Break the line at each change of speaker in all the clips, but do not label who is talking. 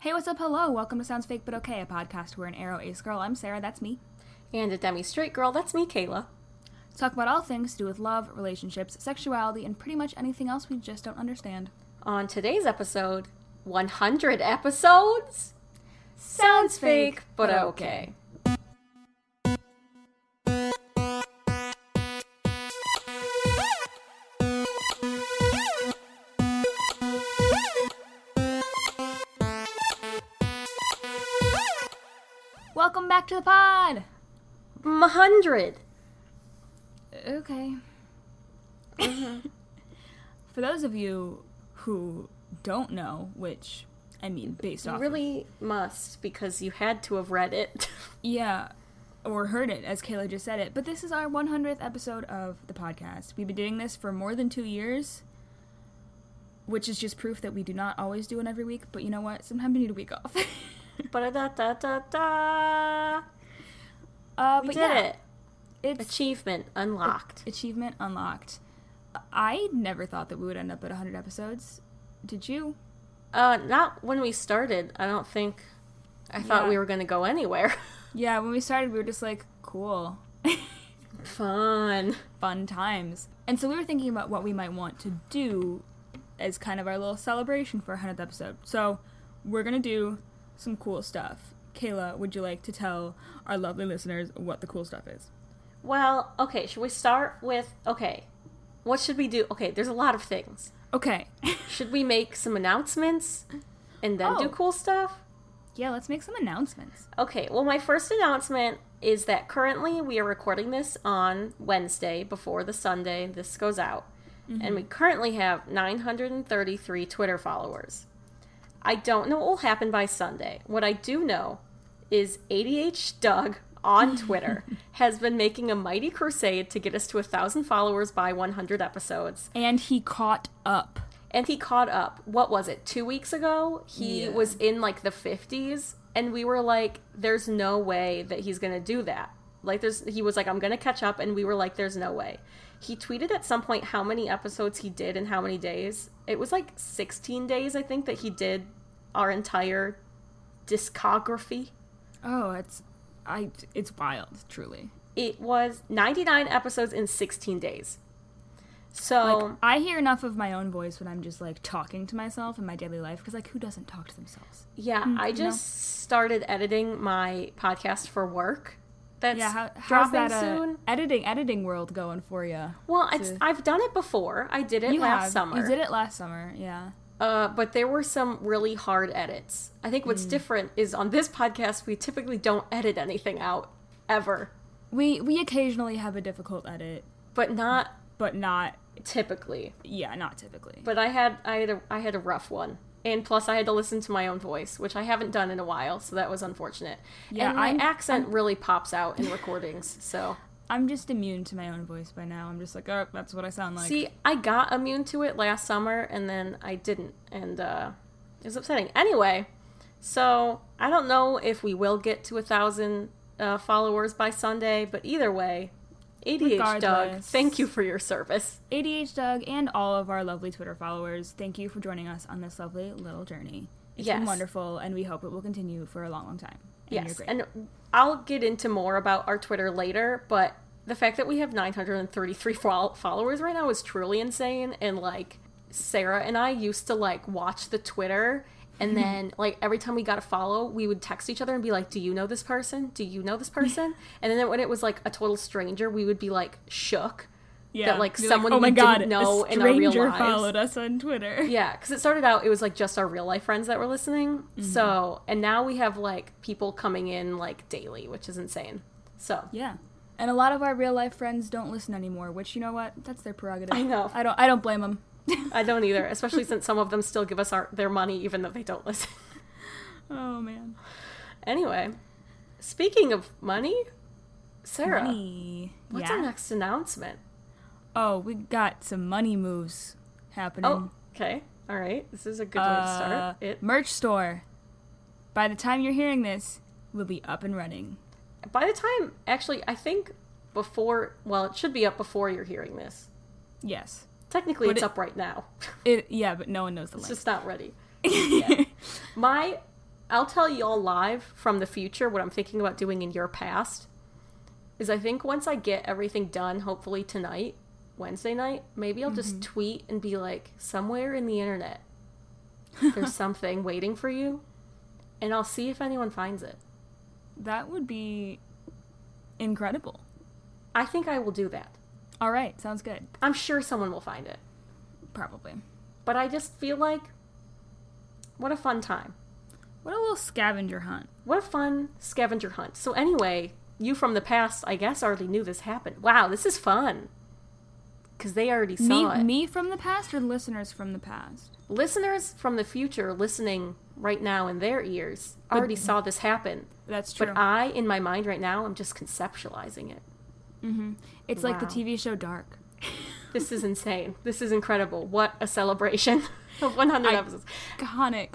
Hey, what's up? Hello. Welcome to Sounds Fake But Okay, a podcast where an arrow ace girl, I'm Sarah, that's me,
And a demi straight girl, that's me, Kayla.
talk about all things to do with love, relationships, sexuality, and pretty much anything else we just don't understand.
On today's episode, 100 episodes?
Sounds
Fake, but okay.
Welcome back to the pod!
100!
Okay.
Mm-hmm.
For those of you who don't know, which, I mean, based
You
off.
really must, because you had to have read it.
Yeah, or heard it, as Kayla just said it. But this is our 100th episode of the podcast. We've been doing this for more than two years, which is just proof that we do not always do it every week. But you know what? Sometimes we need a week off.
da da da da
uh,
We
but
did
yeah,
it.
it's
Achievement unlocked.
achievement unlocked. I never thought that we would end up at 100 episodes. Did you?
Uh, not when we started. I don't think. I thought
Yeah.
we were going to go anywhere.
Yeah, when we started, we were just like, cool.
Fun.
fun times. And so we were thinking about what we might want to do as kind of our little celebration for our 100th episode. So we're going to do some cool stuff. Kayla, would you like to tell our lovely listeners what the cool stuff is?
Well, okay, should we start with. Okay. What should we do? Okay, there's a lot of things.
Okay.
Should we make some announcements and then
Oh.
do cool stuff?
yeah, let's make some announcements.
Okay, well, my first announcement is that currently we are recording this on Wednesday before the Sunday this goes out. And we currently have 933 Twitter followers. I don't know what will happen by Sunday. What I do know is ADH Doug on Twitter has been making a mighty crusade to get us to 1,000 followers by 100 episodes
And he caught up.
and he caught up what was it two weeks ago he
Yeah.
was in like the 50s and we were like there's no way that he's gonna do that like there's he was like i'm gonna catch up and we were like there's no way he tweeted at some point how many episodes he did and how many days it was like 16 days i think that he did our entire discography
Oh, it's I it's wild, truly.
it was 99 episodes in 16 days so
Like I hear enough of my own voice when I'm just like talking to myself in my daily life cuz like who doesn't talk to themselves?
Yeah, I just started editing my podcast for work. That's
Yeah, how, how's
dropping
that uh,
soon.
editing editing world going for you?
Well, it's, I've done it before. I did it
you
last
have.
summer.
You did it last summer, yeah.
Uh, but there were some really hard edits. I think
Mm.
what's different is on this podcast we typically don't edit anything out ever,
We we occasionally have a difficult edit,
but not
but not
typically.
yeah, not typically.
But I had I had a I had a rough one. And plus, I had to listen to my own voice, which I haven't done in a while, so that was unfortunate.
Yeah,
and my
I'm-
accent really pops out in recordings, so.
I'm just immune to my own voice by now. I'm just like, oh, that's what I sound like.
See, I got immune to it last summer and then I didn't. And uh, it was upsetting. Anyway, so I don't know if we will get to a thousand uh, followers by Sunday, but either way, ADH Doug,
Regardless.
thank you for your service.
ADH Doug and all of our lovely Twitter followers, thank you for joining us on this lovely little journey. It's been
Yes.
wonderful, and we hope it will continue for a long, long time. And you're
Yes.
great.
And I'll get into more about our Twitter later, but the fact that we have 933 fol- followers right now is truly insane. And like, Sarah and I used to like watch the Twitter. And then, like, every time we got a follow, we would text each other and be like, Do you know this person? Do you know this person? and then when it was like a total stranger, we would be like shook.
yeah,
like,
Be
someone
oh my
we
God,
didn't know
a
in our real
stranger
lives."
followed us on Twitter.
Yeah, because it started out, it was like just our real life friends that were listening. So, and now we have like people coming in like daily, which is insane. So,
Yeah. And a lot of our real life friends don't listen anymore, which you know what? That's their prerogative.
I know.
I don't I don't blame them.
I don't either, especially since some of them still give us our, their money even though they don't listen.
Oh man.
anyway, speaking of money, Sarah,
Money.
what's
yeah.
our next announcement?
Oh, we got some money moves happening.
Oh, okay. All right. This is a good way to
Mm. Uh,
start. It
merch store. By the time you're hearing this, we'll be up and running.
by the time actually, I think before, well, it should be up before you're hearing this.
Yes.
Technically,
But
it's
it-
up right now.
It yeah, but no one knows the
it's
link.
just not ready.
Yeah.
My I'll tell y'all live from the future what I'm thinking about doing in your past. Is I think once I get everything done, hopefully tonight, Wednesday night, maybe I'll just tweet and be like, somewhere in the internet, there's something waiting for you, and I'll see if anyone finds it.
That would be incredible.
I think I will do that.
All right, sounds good.
I'm sure someone will find it.
Probably.
But I just feel like what a fun time.
What a little scavenger hunt.
What a fun scavenger hunt. So anyway, you from the past, I guess, already knew this happened. Wow, this is fun. Cause they already saw
me,
it.
me from the past or listeners from the past?
Listeners from the future listening right now in their ears already saw this happen.
That's true.
But I, in my mind right now, I'm just conceptualizing it.
it's like the
wow.
TV show Dark.
This is insane. This is incredible. What a celebration of 100
I-
episodes.
Iconic.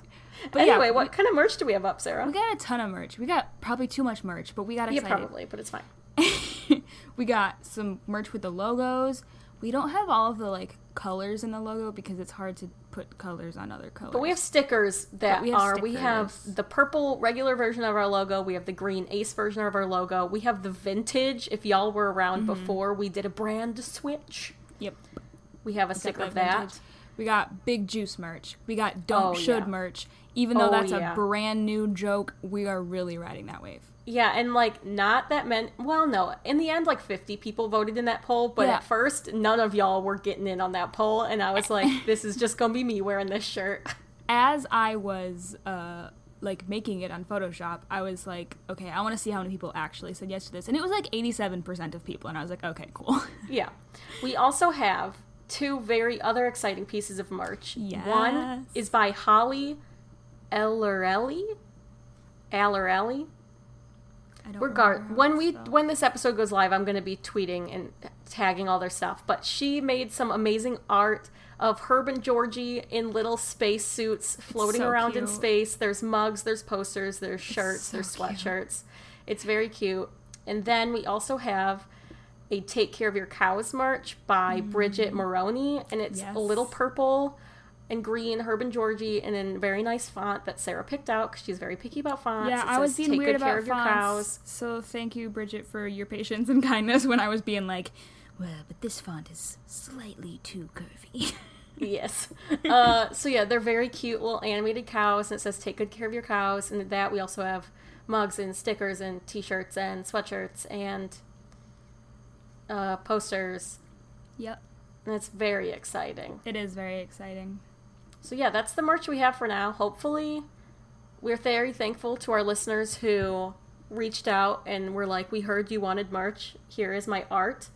But
Anyway,
yeah,
what kind of merch do we have up, Sarah?
we got a ton of merch. We got probably too much merch, but we got
yeah,
excited.
probably, but it's fine.
we got some merch with the logos. We don't have all of the like colors in the logo because it's hard to put colors on other colors.
But we have stickers that
But we have
are we have
stickers.
the purple regular version of our logo, we have the green ace version of our logo, we have the vintage. If y'all were around
Mm-hmm.
before, we did a brand switch.
yep.
We have a
Got
sticker of
that
that.
vintage. We got big juice merch. We got don't
Oh,
should
yeah.
merch. Even though
Oh,
that's
yeah.
a brand new joke, we are really riding that wave.
Yeah, and like not that many. Well, no. In the end, like 50 people voted in that poll, but
Yeah.
at first, none of y'all were getting in on that poll, and I was like, this is just gonna be me wearing this shirt.
As I was uh like making it on Photoshop, I was like, okay, I want to see how many people actually said yes to this. And it was like 87% of people and I was like, okay, cool.
yeah. We also have two very other exciting pieces of merch. One
Yes.
is by Holly Ellerelli. Ellerelli.
I don't remember
Regard
how
when
it's
we
spelled.
when this episode goes live, I'm going to be tweeting and tagging all their stuff. But she made some amazing art of Herb and Georgie in little space suits floating
so
around in
cute.
space. There's mugs, there's posters, there's shirts,
so
there's
cute.
sweatshirts. It's very cute. And then we also have a Take Care of Your Cows merch by Bridget Maroney, and it's
Mm. Yes.
a little purple and green Herb and Georgie, and in a very nice font that Sarah picked out because she's very picky about fonts.
Yeah,
It
I was
says,
being
"Take
weird
good
about
care of your cows."
fonts. So thank you, Bridget, for your patience and kindness when I was being like, well, but this font is slightly too curvy.
yes. Uh, so yeah, they're very cute little animated cows, and it says "Take good care of your cows." And that we also have mugs and stickers and T-shirts and sweatshirts and uh, posters.
yep,
And it's very exciting.
it is very exciting.
So yeah, that's the merch we have for now. Hopefully, we're very thankful to our listeners who reached out and were like, "We heard you wanted merch. Here is my art."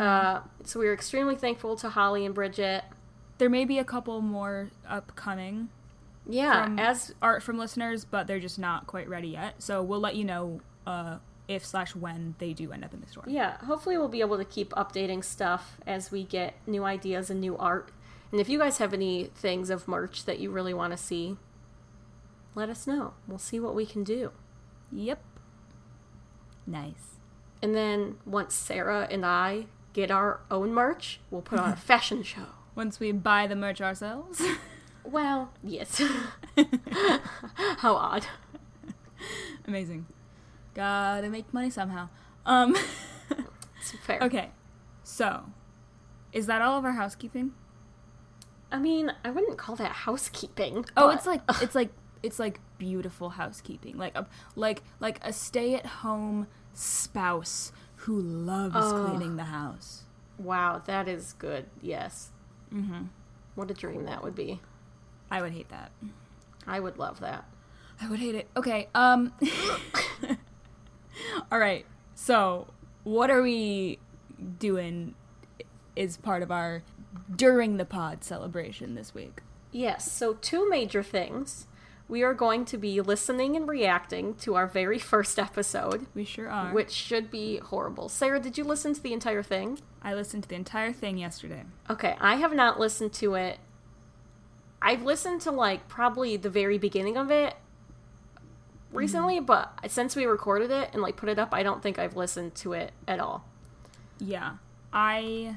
Uh, so we are extremely thankful to Holly and Bridget.
There may be a couple more upcoming
Yeah,
from
as
art from listeners, but they're just not quite ready yet. So we'll let you know uh, if slash when they do end up in the store.
Yeah, hopefully we'll be able to keep updating stuff as we get new ideas and new art. And if you guys have any things of merch that you really want to see, let us know. We'll see what we can do.
Yep. Nice.
And then once Sarah and I get our own merch, we'll put on a fashion show.
Once we buy the merch ourselves.
Well, yes. How odd.
Amazing. Gotta make money somehow. Um.
It's fair.
Okay, so is that all of our housekeeping?
I mean, I wouldn't call that housekeeping.
Oh,
but-
it's like it's like it's like beautiful housekeeping, like a like like a stay-at-home spouse who loves cleaning the house.
wow, that is good. Yes. Mm-hmm. What a dream that would be.
I would hate that.
I would love that.
I would hate it. Okay. Um. all right. So, what are we doing? Is part of our during the pod celebration this week.
Yes, so two major things. We are going to be listening and reacting to our very first episode,
We sure are.
which should be horrible. Sarah, did you listen to the entire thing?
I listened to the entire thing yesterday.
Okay, I have not listened to it. I've listened to like probably the very beginning of it recently, but since we recorded it and like put it up, I don't think I've listened to it at all.
Yeah, I,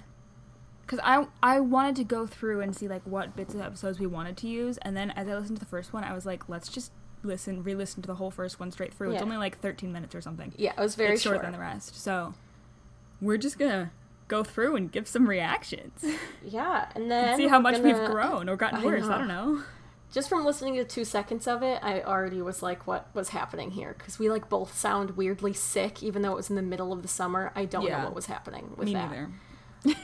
because I I wanted to go through and see like what bits of episodes we wanted to use, and then as I listened to the first one, I was like, let's just listen, re-listen to the whole first one straight through. It's
Yeah.
only like 13 minutes or something.
Yeah, it was very
it's shorter
short.
than the rest. So we're just gonna go through and give some reactions
Yeah, and then
see how
we're
much we've
gonna-
grown or gotten
I
worse.
know.
I don't know.
Just from listening to two seconds of it, I already was like, "What was happening here?" Because we like both sound weirdly sick, even though it was in the middle of the summer. I don't
Yeah.
know what was happening with
Me
that.
neither.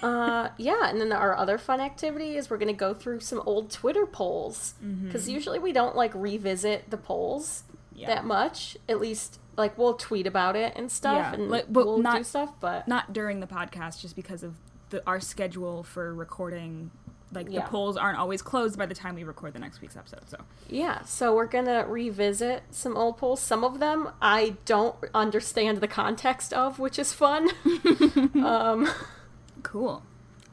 uh, yeah, and then our other fun activity is we're going to go through some old Twitter polls because usually we don't like revisit the polls
Mm-hmm. Yeah.
that much. At least like we'll tweet about it and stuff,
Yeah,
and
like, but
we'll do
not-
stuff. But
Not during the podcast, just because of the, our schedule for recording. Like
Yeah.
the polls aren't always closed by the time we record the next week's episode. So
yeah, so we're going to revisit some old polls. Some of them I don't understand the context of, which is fun. um,
cool.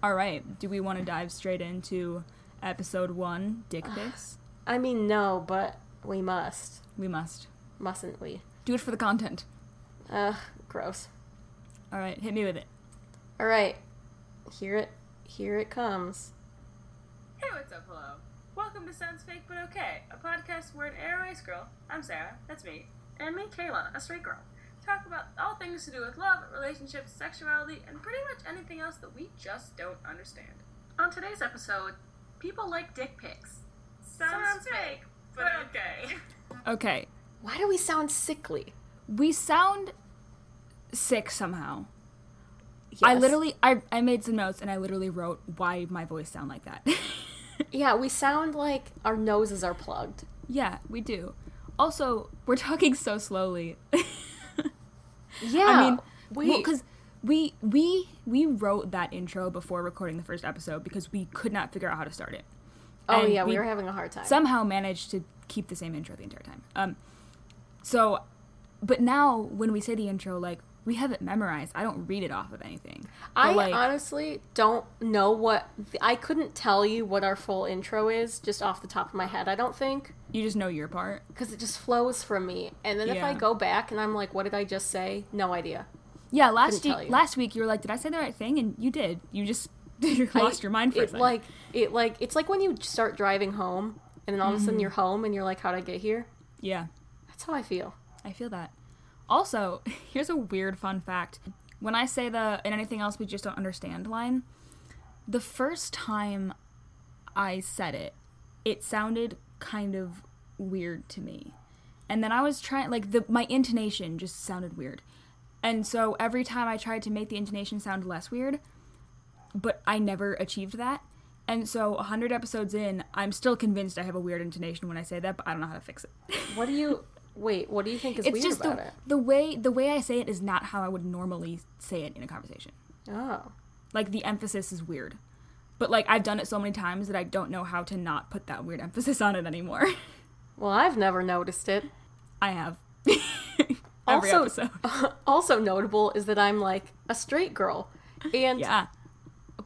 All right. Do we want to dive straight into episode one, dick pics?
I mean, no, but we must,
we must
mustn't we?
do it for the content.
Ugh, gross.
All right, hit me with it.
All right, here it, here it comes.
Hey, what's up, hello? Welcome to Sounds Fake But Okay, a podcast where an airways girl, I'm Sarah, that's me, and me, Kayla, a straight girl, talk about all things to do with love, relationships, sexuality, and pretty much anything else that we just don't understand. On today's episode, people like dick pics. Sounds, fake, but okay.
Okay,
Why do we sound sickly?
we sound sick somehow. I literally, I, I made some notes and I literally wrote why my voice sound like that.
Yeah, we sound like our noses are plugged.
yeah, we do. Also, we're talking so slowly.
Yeah.
I mean,
wait.
because we we we wrote that intro before recording the first episode because we could not figure out how to start it.
oh
and
yeah, we,
we-
were having a hard time.
somehow managed to keep the same intro the entire time. Um, so, but now when we say the intro, like we have it memorized. I don't read it off of anything. But,
I
like,
honestly don't know what I couldn't tell you what our full intro is just off the top of my head. I don't think
you just know your part.
because it just flows from me. And then if I
Yeah.
go back and I'm like, what did I just say? No idea.
Yeah, last
Couldn't
ye-
tell you.
last week you were like, "Did I say the right thing?" And you did. You just you
I-
lost your mind for
it,
a second.
Like it, like it's like when you start driving home and then all of a
Mm.
sudden you're home and you're like, how would I get here?
yeah,
That's how I feel.
I feel that. Also, here's a weird fun fact. When I say the and anything else we just don't understand line, the first time I said it, it sounded kind of weird to me. And then I was trying like the my intonation just sounded weird. And so every time I tried to make the intonation sound less weird, but I never achieved that. And so 100 episodes in, I'm still convinced I have a weird intonation when I say that, but I don't know how to fix it
What do you? Wait, what do you think is
it's
weird
just the,
about it?
the way the way I say it is not how I would normally say it in a conversation.
Oh.
Like the emphasis is weird. But like I've done it so many times that I don't know how to not put that weird emphasis on it anymore.
Well, I've never noticed it.
I have. Every
Also-
episode.
Also notable is that I'm like a straight girl. And
Yeah.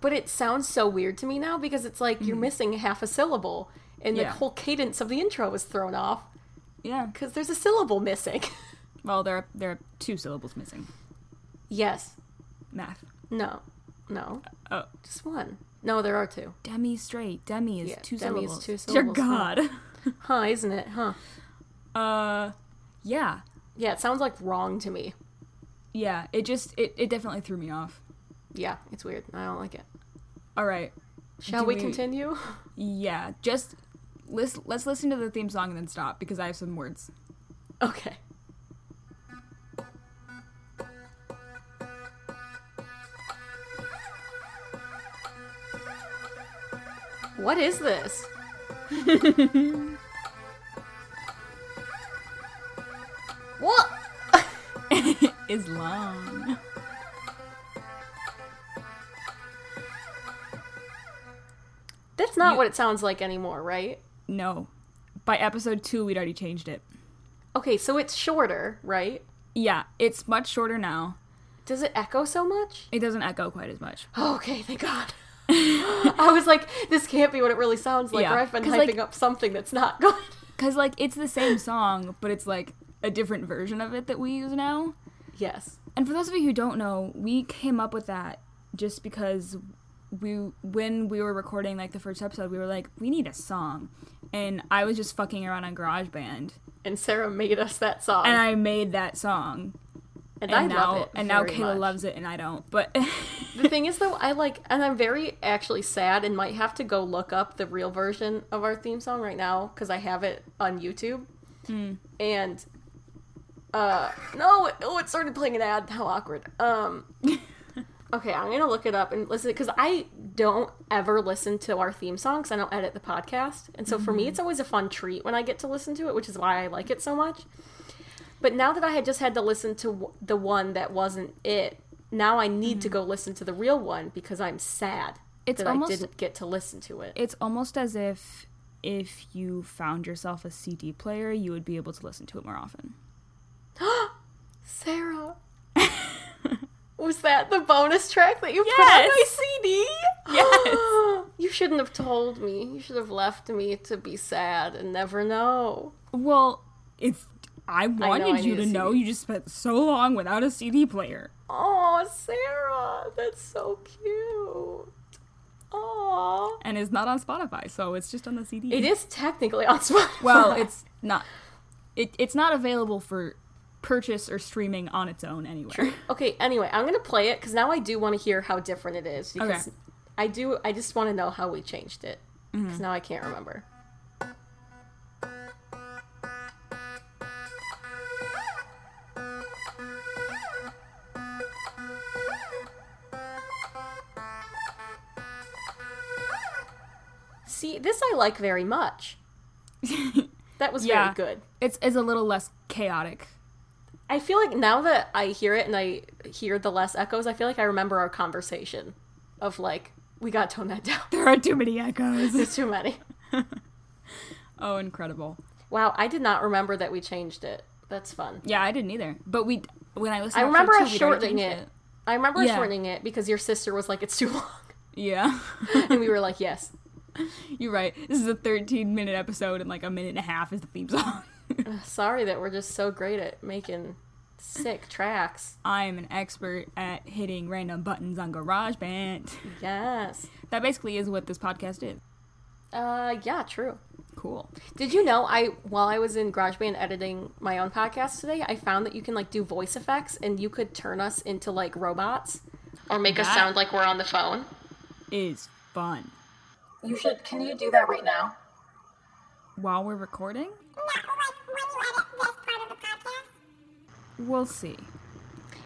but it sounds so weird to me now because it's like you're missing half a syllable and the
Mm. Yeah.
whole cadence of the intro is thrown off
Yeah.
cuz there's a syllable missing.
Well, there are, there are two syllables missing.
yes.
Math.
No. No.
Oh,
Just one. No, there are two.
demi straight. Demi is
Yeah,
two
demi is
syllables.
two syllables,
Dear
huh?
God.
Huh, isn't it? Huh.
Uh, yeah,
Yeah, it sounds like wrong to me.
yeah. It just it, it definitely threw me off.
Yeah, it's weird. I don't like it.
All right.
Shall
Do
we
we-
continue?
Yeah, just let's let's listen to the theme song and then stop because I have some words.
Okay. What is this? what?
Islam.
That's not
You-
what it sounds like anymore, right?
No, by episode two we'd already changed it.
Okay, so it's shorter, right?
Yeah, it's much shorter now.
Does it echo so much?
It doesn't echo quite as much.
okay, thank God. I was like, this can't be what it really sounds like,
Yeah,
or I've been
'cause, like-
hyping up something that's not good.
Cause like it's the same song, but it's like a different version of it that we use now.
yes.
And for those of you who don't know, we came up with that just because we when we were recording like the first episode, we were like, we need a song, and I was just fucking around on GarageBand,
And Sarah made us that song.
and I made that song,
And
and
I
now
love it.
and now
very
Kayla
much.
loves it, and I don't. But
The thing is, though, I like, and I'm very actually sad and might have to go look up the real version of our theme song right now because I have it on YouTube.
Hmm.
And, uh, no, oh, it started playing an ad. How awkward. Um, okay, I'm gonna look it up and listen because I don't ever listen to our theme songs. I don't edit the podcast, and so for me,
Mm-hmm.
it's always a fun treat when I get to listen to it, which is why I like it so much. But now that I had just had to listen to w- the one that wasn't it, now I need to go listen to the real one because I'm sad
Mm-hmm. It's
that
almost-
I didn't get to listen to it.
it's almost as if if you found yourself a CD player, you would be able to listen to it more often.
Sarah, was that the bonus track that you put on my
Yes.
CD?
Yes.
you shouldn't have told me. You should have left me to be sad and never know.
Well, it's I wanted
I
you to
need a
know.
CD.
You just spent so long without a CD player.
Oh, Sarah, that's so cute. Aw.
and it's not on Spotify, so it's just on the CD.
It is technically on Spotify.
Well, it's not. It, it's not available for purchase or streaming on its own anywhere.
Okay, anyway, I'm gonna play it because now I do want to hear how different it is. Because
Okay.
I do. I just want to know how we changed it because
Mm-hmm.
now I can't remember. See, this I like very much. That was
Yeah.
very good.
It's it's a little less chaotic.
I feel like now that I hear it and I hear the less echoes, I feel like I remember our conversation of like, we got to tone that down.
There are too many echoes.
There's too many.
oh, incredible!
Wow, I did not remember that we changed it. That's fun.
Yeah, I didn't either. But we when I listened,
I
to
remember
episode
us
two, we'd already
shortening it.
changed
I remember
Yeah.
shortening it because your sister was like, it's too long.
Yeah,
and we were like, yes.
you're right. This is a 13 minute episode, and like a minute and a half is the theme song.
Sorry that we're just so great at making sick tracks.
I'm an expert at hitting random buttons on GarageBand.
Yes.
That basically is what this podcast is.
Uh, yeah, true.
Cool.
Did you know I while I was in GarageBand editing my own podcast today, I found that you can like do voice effects and you could turn us into like robots or make us
That-
sound like we're on the phone.
Is fun.
You should can you do that right now?
While we're recording? We'll see.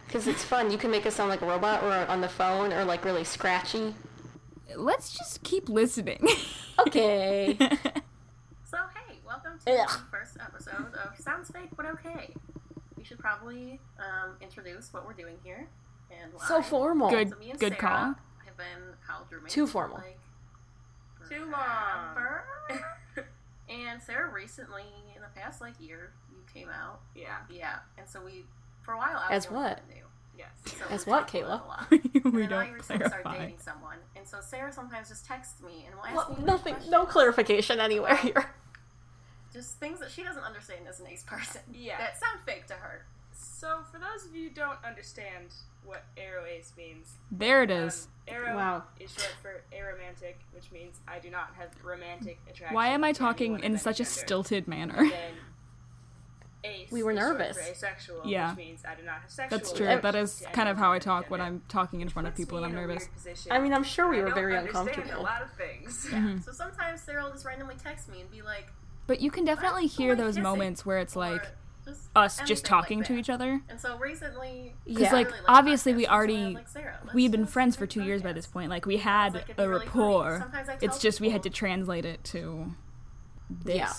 Cuz it's fun. You can make us sound like a robot or on the phone or like really scratchy.
Let's just keep listening.
Okay.
So hey, welcome to
Ugh.
the first episode of Sounds Fake But Okay. We should probably um, introduce what we're doing here and why.
so formal.
Good.
So me and
Good
Sarah
call.
Have been college roommates
Too
for,
formal.
like, too long. and Sarah recently, in the past like year, you came out. Yeah. Yeah. And so we, for a while, I
As
was the only
what?
one who knew. Yes.
As what, Kayla?
we
And then I
don't
recently started
clarify.
dating someone, and so Sarah sometimes just texts me and will ask
Well,
me
nothing
questions.
no clarification anywhere here.
just things that she doesn't understand as an ace person.
Yeah.
That sound fake to her.
So, for those of you who don't understand what aeroace means,
There it
um,
is.
aero
Wow.
is short for aromantic, which means I do not have romantic attraction.
Why am I
to
talking
anyone of
in
any
such a
gender.
stilted manner?
Then ace
We were
is short
nervous.
For asexual,
Yeah.
which means I do not have sexual.
That's true.
Ev-
That is kind of how I talk when
when
I'm talking in front of people and I'm nervous.
I mean, I'm sure we
I
were
don't
very
understand A
uncomfortable.
lot of things.
Mm-hmm.
So sometimes Sarah will just randomly text me and be like,
But you can definitely hear
like
those
kissing,
moments where it's
or
like
just
us
anything
just talking
like
to
that.
each other.
And so recently,
Yeah.
Because, like,
really like
obviously,
podcasts,
we
and so I'm
already.
like, Sarah, let's
we had been
just
friends
make
for two years by
podcasts.
this point. Like, we had
like, it'd be
a
really funny.
rapport.
Sometimes I
It's
tell
just we had to
people-
translate it to this.
Yeah.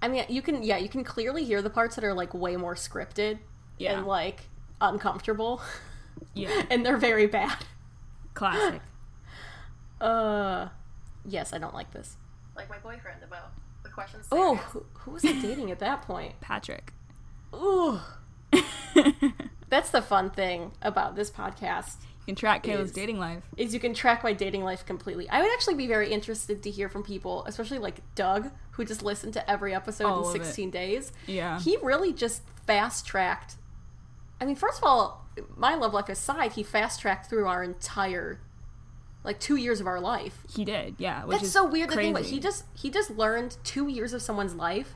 I mean, you can yeah, you can clearly hear the parts that are like way more scripted
Yeah.
and like uncomfortable,
Yeah.
and they're very bad.
Classic.
Uh, yes, I don't like this.
Like my boyfriend about the questions. Sarah
Oh,
asked.
who, who was I dating at that point?
Patrick.
Ooh, that's the fun thing about this podcast
You can track Kayla's
Is-
dating life.
is you can track my dating life completely. I would actually be very interested to hear from people, especially like Doug, who just listened to every episode
All
in
of it.
16 days.
Yeah.
He really just fast tracked. I mean, first of all, my love life aside, he fast tracked through our entire like two years of our life.
He did, yeah. Which
That's
is
so weird to think about.
crazy.
He just he just learned two years of someone's life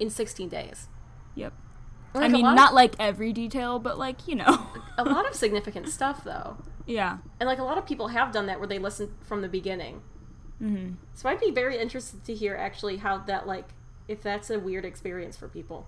in sixteen days.
Yep.
Like,
I
a
mean,
lot
not
of, Oh.
like every detail, but like you know.
a lot of significant stuff though,
yeah.
and like a lot of people have done that where they listen from the beginning.
Mm-hmm.
So I'd be very interested to hear actually how that like if that's a weird experience for people.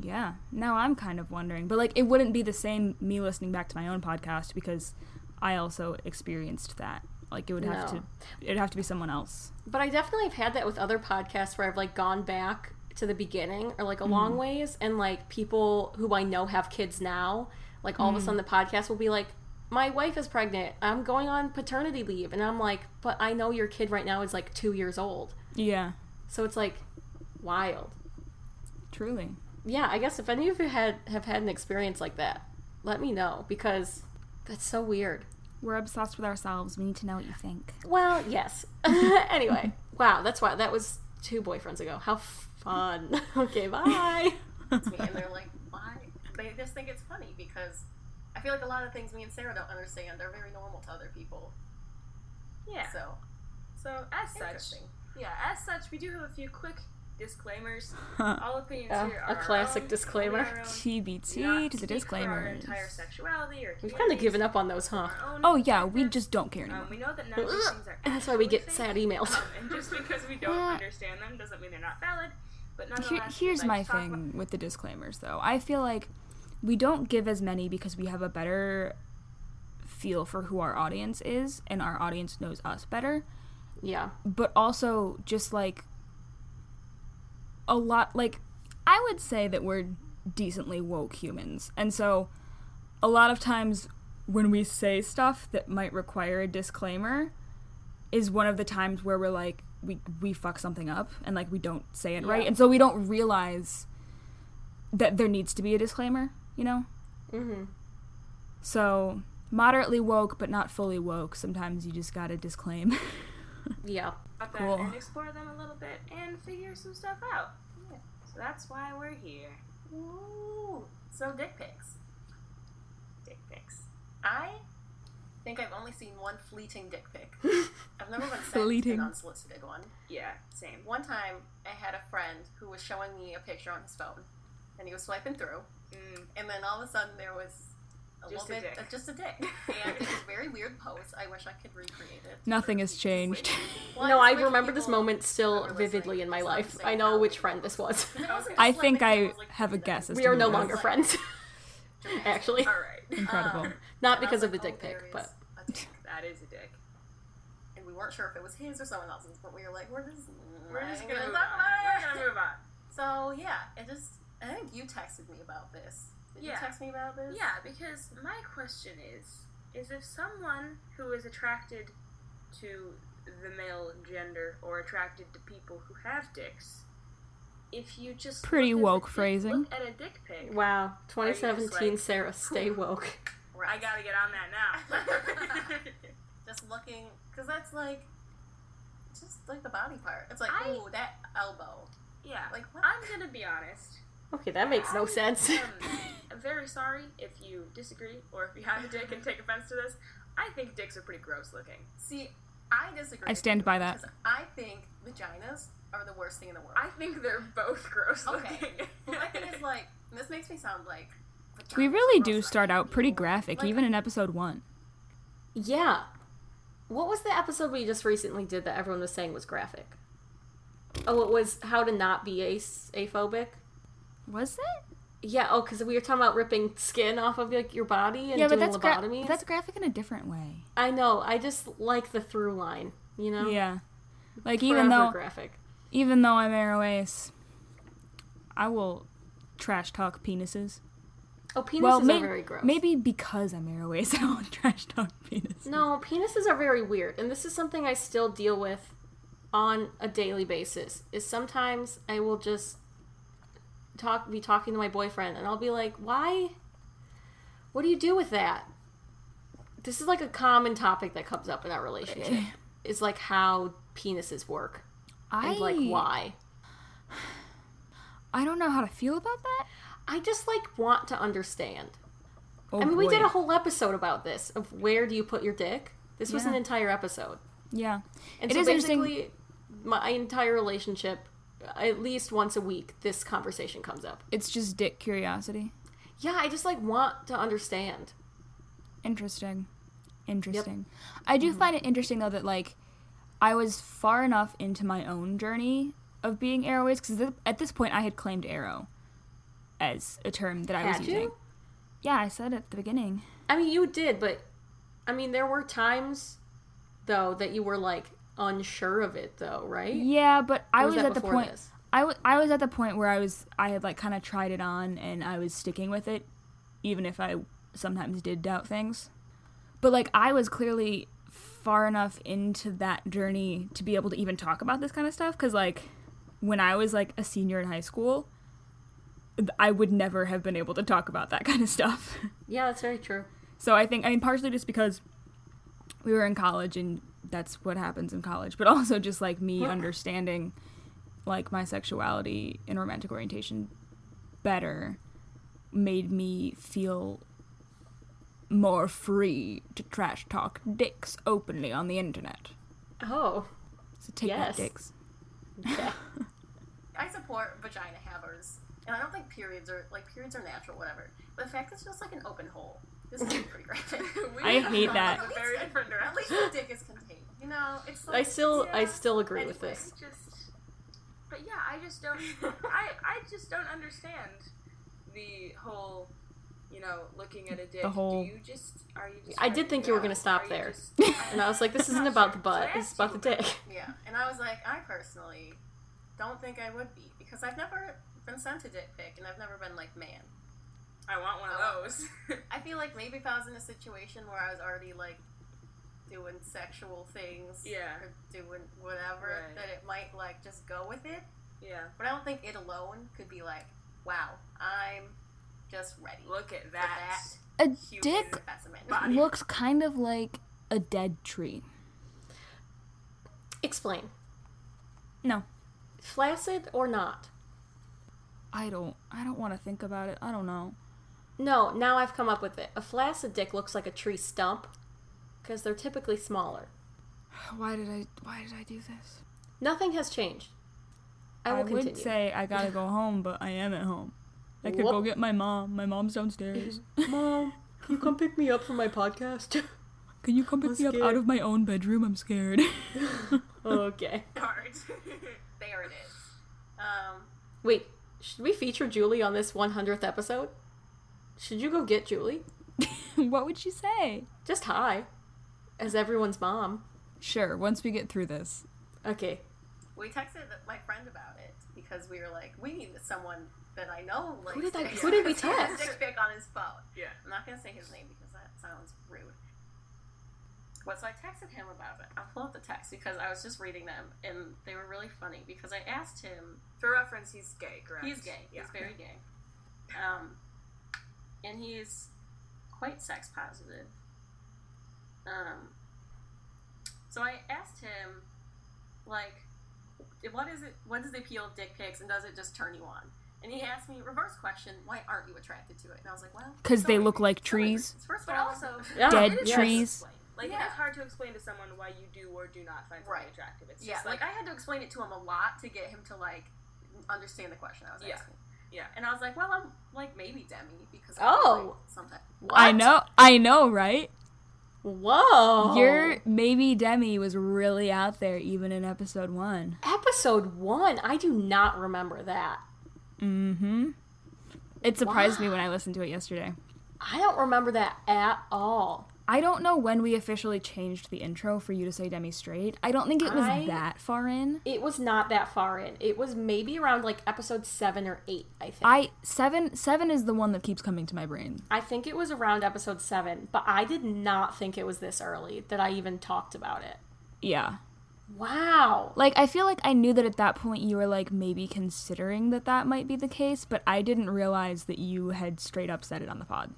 Yeah. Now I'm kind of wondering, but like it wouldn't be the same me listening back to my own podcast because I also experienced that. Like it would have
No.
to, it'd have to be someone else.
But I definitely have had that with other podcasts where I've like gone back to the beginning or like a long ways and like people who I know have kids now, like all of a sudden the podcast will be like, My wife is pregnant, I'm going on paternity leave and I'm like, But I know your kid right now is like two years old.
Yeah.
So it's like wild.
Truly.
Yeah, I guess if any of you had have had an experience like that, let me know because that's so weird.
We're obsessed with ourselves. We need to know what you think.
Well, yes. anyway, wow, that's why that was two boyfriends ago. How fun. okay, bye.
me, and they're like, why? They just think it's funny because I feel like a lot of things me and Sarah don't understand are very normal to other people.
Yeah.
So
So, as such,
interesting.
yeah, as such, we do have a few quick disclaimers. All opinions
Oh,
here
a
are our
classic
own.
disclaimer.
We are our own. Do
TBT
not
to the
speak for Our
disclaimer.
entire sexuality or
We've kind of given up on those, huh?
Oh yeah, we just don't care anymore.
Um, we know that none of these things are.
That's why we get
actually
sad
fake.
emails.
Um, and just because we don't understand them doesn't mean they're not valid. But
Here,
nonetheless,
here's
we'd like
my
to talk about-
thing with the disclaimers, though. I feel like we don't give as many because we have a better feel for who our audience is, and our audience knows us better.
Yeah.
But also, just like a lot, like I would say that we're decently woke humans, and so a lot of times when we say stuff that might require a disclaimer, is one of the times where we're like we we fuck something up and like we don't say it right
Yeah.
and so we don't realize that there needs to be a disclaimer you know
Mm-hmm.
so moderately woke but not fully woke sometimes you just gotta disclaim
Yeah.
about that
Cool.
and explore them a little bit and figure some stuff out. Yeah. So that's why we're here.
Ooh. So dick pics. Dick pics. I think I've only seen one fleeting dick pic. I've never been sent
Fleeting.
an unsolicited one.
Yeah, same.
One time, I had a friend who was showing me a picture on his phone, and he was swiping through,
Mm,
and then all of a sudden there was a
Just
little
a
bit,
dick.
uh, just a dick, and it was a very weird pose. I wish I could recreate it.
nothing has changed
Well,
no,
just
I
wish
remember this
people-
moment still
remember listening
vividly in my
to someone
life.
say
I know
that.
which friend this was.
And it wasn't
i
just
think
like, it
i
was like-
have a guess as
We
to
are
who
no
it was.
longer friends. Actually.
all right.
incredible
Um,
Not
And I
because
was
of the
like,
dick
"Oh,
pic,
there is
but
a dick."
That is a dick.
And we weren't sure if it was his or someone else's, but we were like, we're just,
We're just
not
gonna move on.
talk about
We're
it.
gonna move on.
So yeah, it just. I think you texted me about this. Did you
Yeah.
text me about this?
Yeah, because my question is is if someone who is attracted to the male gender or attracted to people who have dicks, if you just
Pretty
look at
woke
the dick-
phrasing.
look at a dick pic.
wow.
you just
2017
like-
Sarah, stay woke.
Right.
I gotta get on that now.
just looking because that's like just like the body part. It's like
I-
ooh that elbow.
yeah, like
Like what?
I'm gonna be honest.
Okay, that makes no sense.
Um, very sorry if you disagree or if you have a dick and take offense to this. I think dicks are pretty gross looking.
See, I disagree.
I
with
stand
you,
by that.
because I think vaginas are the worst thing in the world.
I think they're both gross
Okay.
looking.
My thing is like this makes me sound like
we really
vaginas are
do
gross,
start
right?
out pretty
People-
graphic
like,
even in episode one
yeah. What was the episode we just recently did that everyone was saying was graphic? Oh, it was how to not be ace aphobic.
was it
Yeah, oh, because we were talking about ripping skin off of like your body and
yeah but
doing
that's, gra-
lobotomies.
that's graphic in a different way
I know. I just like the through line. You know,
yeah like
Forever
even though
graphic.
even though I'm Arrow Ace, I will trash talk penises.
Oh, penises
well,
are
maybe,
very gross.
maybe because I'm Arrow Ace, I will trash talk penises.
no, penises are very weird, and this is something I still deal with on a daily basis. Is sometimes I will just talk, be talking to my boyfriend, and I'll be like, "Why? What do you do with that?" This is like a common topic that comes up in our
Eh.
relationship. is like how penises work
I
and like why.
I don't know how to feel about that.
I just like want to understand.
Oh,
I mean, we
boy.
did a whole episode about this of where do you put your dick? This was an
Yeah.
entire episode.
Yeah.
And
It
so
is interesting-
basically, my entire relationship, at least once a week, this conversation comes up.
It's just dick curiosity.
Yeah, I just like want to understand.
Interesting. Interesting. I do
Mm-hmm.
find it interesting though that like I was far enough into my own journey of being Arrowways because at this point I had claimed Arrow as a term that I
Had
was
you?
using. Yeah, I said at the beginning.
I mean, you did, but I mean, there were times though that you were like unsure of it, though, right?
Yeah, but I
Or
was,
that
at the
before
point.
this?
I wa- I was at the point where I was I had like kind of tried it on and I was sticking with it, even if I sometimes did doubt things. But like I was clearly far enough into that journey to be able to even talk about this kind of stuff because like when I was like a senior in high school, th- I would never have been able to talk about that kind of stuff.
Yeah, that's very true.
So I think I mean partially just because we were in college and that's what happens in college, but also just like me understanding like my sexuality and romantic orientation better made me feel more free to trash talk dicks openly on the internet.
Oh,
So take
Yes.
that dicks.
yeah.
I support vagina havers, and I don't think periods are like periods are natural, whatever. But the fact that it's just like an open hole, this is pretty graphic.
We
I
have
hate
gone
that.
in
At
a
least
very
I-
different
At
direction.
least the dick is contained. You know, it's like
I still, I
Yeah.
still agree with
Anyway.
this.
Just, but yeah, I just don't. I I just don't understand the whole, you know, looking at a dick.
The whole-
Do you just are you? Just
I did think you were gonna stop there. And I was like, this isn't about the butt. This is about the dick.
yeah. And I was like, I personally don't think I would be because I've never been sent a dick pic, and I've never been like, man.
I want one of those.
I feel like maybe if I was in a situation where I was already like doing sexual things,
Yeah.
or doing whatever,
Right.
that it might like just go with it.
yeah.
But I don't think it alone could be like, wow, I'm just ready.
Look at
for
that.
A
human
dick
specimen.
body.
looks kind of like a dead tree.
Explain,
No,
flaccid or not?
I don't I don't want to think about it. I don't know.
No, now I've come up with it. A flaccid dick looks like a tree stump because they're typically smaller.
Why did I why did I do this?
Nothing has changed. I will
I
continue.
would say I gotta go home, but I am at home. I could go
Whoop.
get my mom. My mom's downstairs.
Mom, can you come pick me up for my podcast?
Can you come pick
I'm
me up out
scared.
of my own bedroom? I'm scared.
okay.
Hard. there it is. Um,
Wait, should we feature Julie on this 100th episode? Should you go get Julie?
what would she say?
Just hi. As everyone's mom.
Sure, once we get through this.
Okay.
we texted my friend about it because we were like, we need someone that I know. Like,
did I- who did we text?
Dick pic on his phone.
Yeah.
I'm not gonna say his name because that sounds rude. But so I texted him about it. I'll pull up the text because I was just reading them and they were really funny because I asked him.
For reference, he's gay, correct?
He's gay.
Yeah.
He's very gay. Um, and he's quite sex positive. Um, so I asked him, like, what is it? What is the appeal of dick pics, and does it just turn you on? And he asked me reverse question: Why aren't you attracted to it? And I was like, well,
'Cause they
sorry,
look like
sorry.
trees.
First of
But
all,
also,
Yeah.
Dead
it is
yes.
hard to
trees.
explain. Like
Yeah.
it's hard to explain to someone why you do or do not find something
Right.
attractive. It's
yeah,
just
like,
like,
I had to explain it to him a lot to get him to like understand the question I was
Yeah.
asking.
Yeah.
And I was like, well, I'm like maybe demi because I
Oh.
like, sometimes
What?
I know, I know, right?
Whoa.
Your maybe Demi was really out there even in episode one.
episode one. I do not remember that.
Mm-hmm. It surprised me when I listened to it yesterday.
I don't remember that at all.
I don't know when we officially changed the intro for you to say Demi straight. I don't think it was
I-
that far in.
It was not that far in. It was maybe around like episode seven or eight, I think.
I seven seven is the one that keeps coming to my brain.
I think it was around episode seven, but I did not think it was this early that I even talked about it.
Yeah.
Wow.
Like I feel like I knew that at that point you were like maybe considering that that might be the case, but I didn't realize that you had straight up said it on the pod.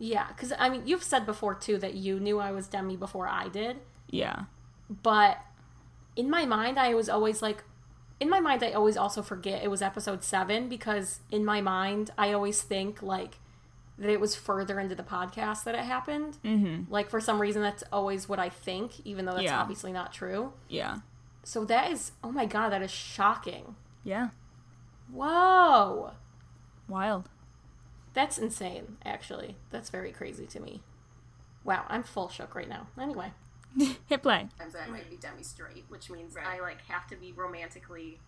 Yeah, because I mean, you've said before too that you knew I was Demi before I did,
Yeah.
but in my mind, I was always like, in my mind, I always also forget it was episode seven because in my mind, I always think like that it was further into the podcast that it happened.
Mm-hmm.
Like for some reason, that's always what I think, even though that's
Yeah.
obviously not true.
Yeah.
So that is, oh my god, that is shocking.
Yeah.
Whoa,
Wild.
that's insane. Actually, that's very crazy to me. Wow, I'm full shook right now. Anyway,
Hit play.
Sometimes I might be demi straight, which means
Right.
I like have to be romantically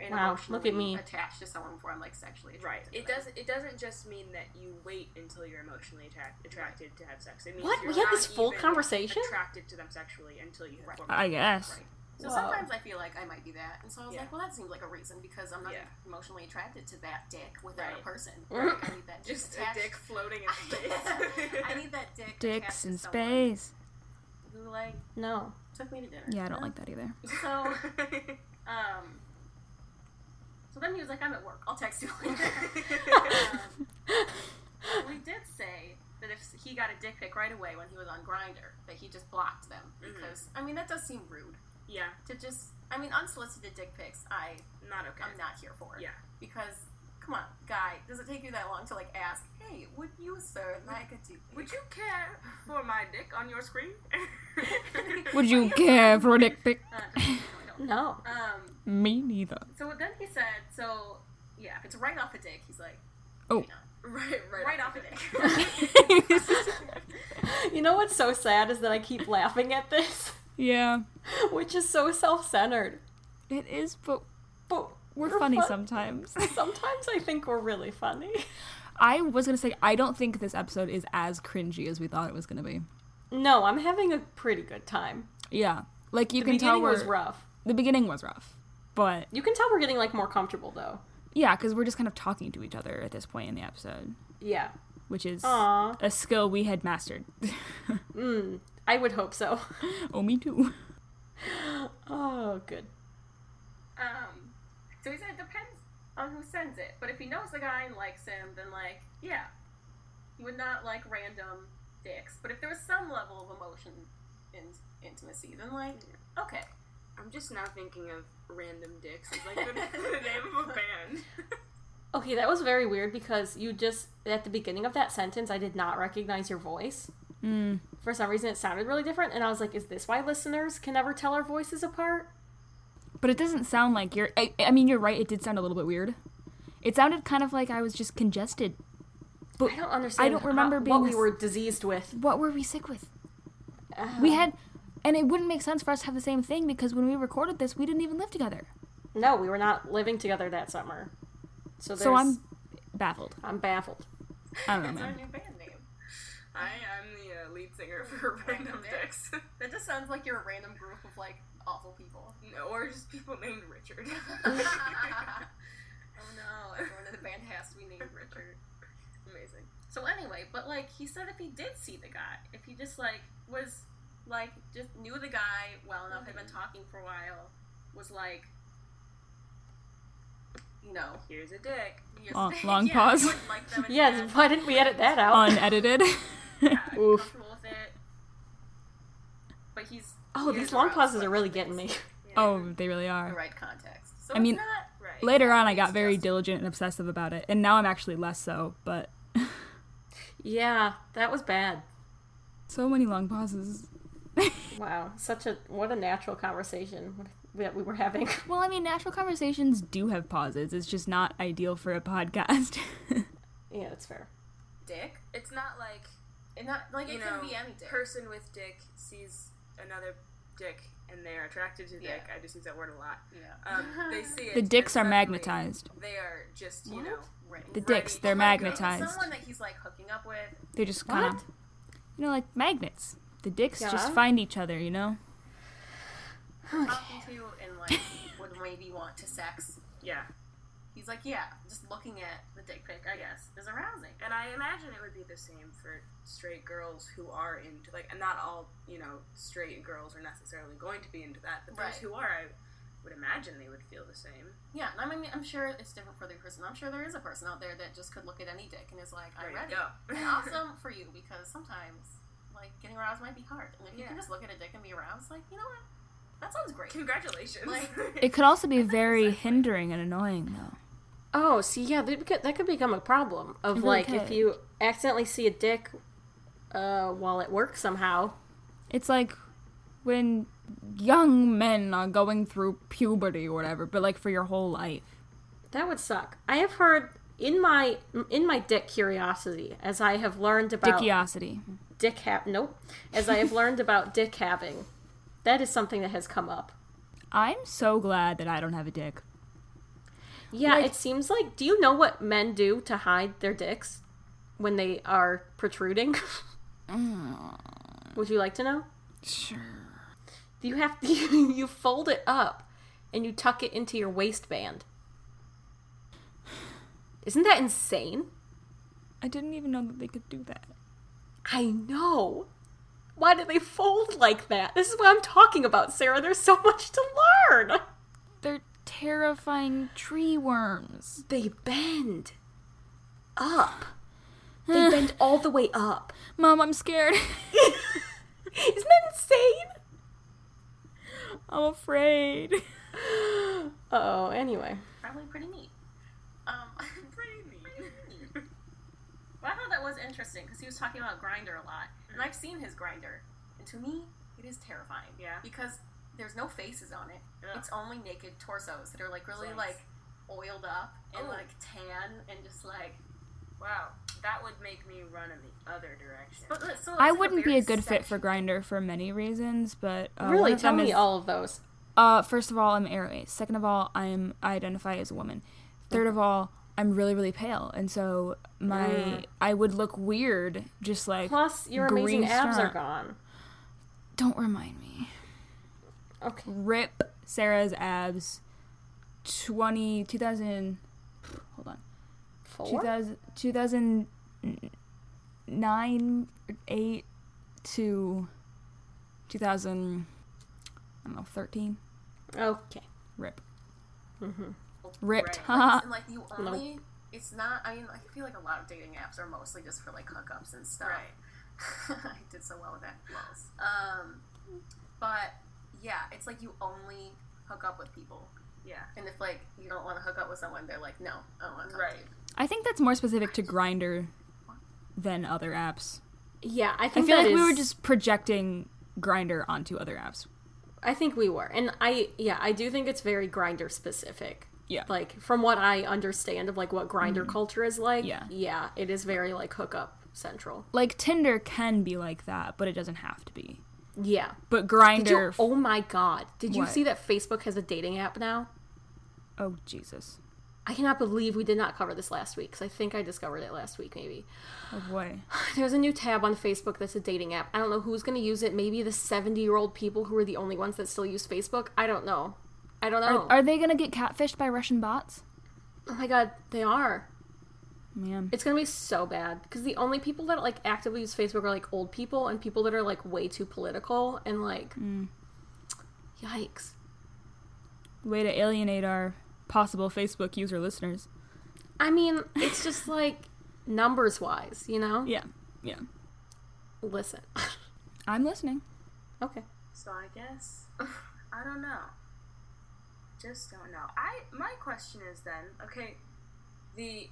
and
Wow,
emotionally
look at me.
attached to someone before I'm like sexually
Right.
attracted. to
It
them.
doesn't. It doesn't just mean that you wait until you're emotionally attract- attracted to have sex. It means
What?
You're
We had
not
this full
even
conversation?
Attracted to them sexually until you.
Right.
form-
I guess.
Right. So
Whoa.
sometimes I feel like I might be that, and so I was
Yeah.
like, well, that seems like a reason because I'm not
Yeah.
emotionally attracted to that dick without
Right.
a person.
Right.
I need that dick
Just a
attached-
dick floating in space.
I need that dick. attached
Dicks
to
in
someone
space.
Who like
no,
took me to dinner?
Yeah, I don't
Um,
like that either.
So Um. So then he was like, "I'm at work. I'll text you later." um, we did say that if he got a dick pic right away when he was on Grinder, that he just blocked them
Mhm.
because I mean that does seem rude
yeah.
to just. I mean, unsolicited dick pics, I
Not okay.
I'm not here for. it.
Yeah.
Because come on, guy, does it take you that long to like ask? Hey, would you, sir, like a dick? pic?"
Would you care for my dick on your screen?
Would you care for a dick pic?
Uh, no, I don't.
no.
Um.
Me neither.
So then he said, "So yeah, if it's right off the dick, he's like,
Oh.
you know,
right, right,
right off the
the
dick."
You know what's so sad is that I keep laughing at this,
yeah,
which is so self centered.
it is, but
But
we're funny
fun-
sometimes.
Sometimes I think we're really funny.
I was gonna say I don't think this episode is as cringy as we thought it was gonna be.
No, I'm having a pretty good time.
Yeah, like you
The
can tell
beginning
we're
was rough.
the beginning was rough, but
You can tell we're getting like more comfortable though.
yeah, because we're just kind of talking to each other at this point in the episode,
Yeah.
which is
Aw.
a skill we had mastered.
Mm, I would hope so.
oh, me too.
Oh, good.
Um, so he said it depends on who sends it, but if he knows the guy and likes him, then like, yeah, he would not like random dicks. But if there was some level of emotion and intimacy, then like, okay,
I'm just now thinking of random dicks. It's like the, the name of a band.
Okay, that was very weird because you just at the beginning of that sentence I did not recognize your voice.
Mm.
For some reason it sounded really different and I was like, is this why listeners can never tell our voices apart?
But it doesn't sound like you're. I, I mean, you're right. It did sound a little bit weird. It sounded kind of like I was just congested. But
I don't understand.
I don't remember
how-
being
what we
this-
were diseased with.
what were we sick with?
Uh,
We had, and it wouldn't make sense for us to have the same thing because when we recorded this, we didn't even live together.
No, we were not living together that summer. So there's
So I'm baffled.
I'm baffled.
I don't know,
that's our
man.
new band name.
I am the uh, lead singer for Random Dicks.
That just sounds like you're a random group of like awful people.
No, or just people named Richard.
oh no, everyone in the band has to be named Richard.
Amazing.
So anyway, but like he said, if he did see the guy, if he just like was like just knew the guy well enough, had been
Mm-hmm.
talking for a while, was like, you know,
Here's a dick.
just,
Long- long
yeah,
pause.
wouldn't like them in
Yeah,
bed,
why didn't we edit that out?
Unedited.
yeah,
Oof.
comfortable with it. But he's
oh,
years
these long
around,
pauses
like,
are really getting me.
oh, they really
the
are.
right context. So
I mean,
it's not
Right.
Later on, I got
It's
very
just-
diligent and obsessive about it, and now I'm actually less so. But
Yeah, that was bad.
so many long pauses.
Wow, such a what a natural conversation that we were having.
Well, I mean, natural conversations do have pauses. It's just not ideal for a podcast.
yeah, that's fair.
dick.
It's not like
And not like
you
it
know,
can be any dick.
person with dick sees another dick and they're attracted to dick. I just use that word a lot.
yeah.
Um, they see it.
the dicks
and
are
suddenly
magnetized.
They are just you
What?
know
Right.
The dicks, they're
Like,
magnetized.
Someone that he's like hooking up with.
They're just kind
What?
of, you know, like magnets. The dicks just
Yeah.
find each other, you know?
talking to and like would maybe want to sex.
yeah.
He's like, yeah, just looking at the dick pic, I guess, is arousing.
And I imagine it would be the same for straight girls who are into like, and not all you know straight girls are necessarily going to be into that, but
Right.
those who are, I would imagine they would feel the same.
Yeah, and I mean, I'm sure it's different for the person. I'm sure there is a person out there that just could look at any dick and is like, I'm
Ready
ready.
to go.
And awesome for you because sometimes like getting aroused might be hard, and if you
Yeah.
can just look at a dick and be aroused, like you know what, that sounds great.
Congratulations.
Like-
It could also be very hindering and annoying, though.
Oh, see, yeah, that could, that could become a problem of
really
like if
could.
you accidentally see a dick uh, while at work somehow.
It's like when young men are going through puberty or whatever, but like for your whole life.
That would suck. I have heard in my in my dick curiosity as I have learned
Oh.
about
Dickiosity.
dick ha- nope as I have learned about dick having. That is something that has come up.
I'm so glad that I don't have a dick.
Yeah,
Like-
it seems like do you know what men do to hide their dicks when they are protruding? Mm. Would you like to know?
Sure.
Do you have to you fold it up and you tuck it into your waistband? Isn't that insane?
I didn't even know that they could do that.
I know. Why do they fold like that? This is what I'm talking about, Sarah. There's so much to learn.
They're terrifying tree worms.
They bend up. They bend all the way up.
Mom, I'm scared.
Isn't that insane?
I'm afraid.
Oh, anyway.
Probably pretty neat. Um,
Pretty neat.
but I thought that was interesting because he was talking about grinder a lot, and I've seen his grinder, and to me, it is terrifying.
Yeah.
Because there's no faces on it.
Yeah.
It's only naked torsos that are like really
Nice.
like oiled up and
Ooh.
like tan and just like.
Wow, that would make me run in the other direction.
But, so it's
I
like
wouldn't be
very
a good fit for
sexual-
Grinder for many reasons, but uh, one
really,
of
tell
them
me
is,
all of those.
Uh, first of all, I'm Aries. Second of all, I'm I identify as a woman. Third of all, I'm really really pale, and so my I would look weird just like.
Plus, your
Green
amazing abs
star.
are gone.
Don't remind me.
Okay.
Rip Sarah's abs. 20 2000 hold on
Four?
2000, 2009 8 to 2000 I don't know 13
Okay.
rip
Mhm.
ripped
Right.
haha.
and like you only it's not i mean i feel like a lot of dating apps are mostly just for like hookups and stuff
Right.
i did so well with that um but yeah it's like you only hook up with people
Yeah.
and if like you don't want to hook up with someone they're like no i don't want to talk
Right.
to you
I think that's more specific to Grinder than other apps.
Yeah, I
I
think
feel
that
like we
is-
were just projecting Grinder onto other apps.
I think we were, and I yeah, I do think it's very grinder specific.
Yeah.
Like from what I understand of like what grinder culture is like.
Mm-hmm. Yeah.
Yeah, it is very like hookup central.
Like Tinder can be like that, but it doesn't have to be.
Yeah.
But
Did you,
Grinder, oh,
oh my god! Did you
What?
see that Facebook has a dating app now?
Oh, Jesus,
I cannot believe we did not cover this last week because I think I discovered it last week maybe.
oh boy,
There's a new tab on Facebook that's a dating app. I don't know who's going to use it. Maybe the 70 year old people who are the only ones that still use Facebook. I don't know. I don't know.
are, are they gonna get catfished by Russian bots?
oh my god, they are.
Man,
It's gonna be so bad because the only people that like actively use Facebook are like old people and people that are like way too political and like,
Hmm.
yikes.
way to alienate our possible Facebook user listeners.
I mean, it's just like numbers wise, you know.
Yeah, yeah,
Listen,
I'm listening.
okay.
So I guess I don't know. Just don't know. I my question is then, okay, the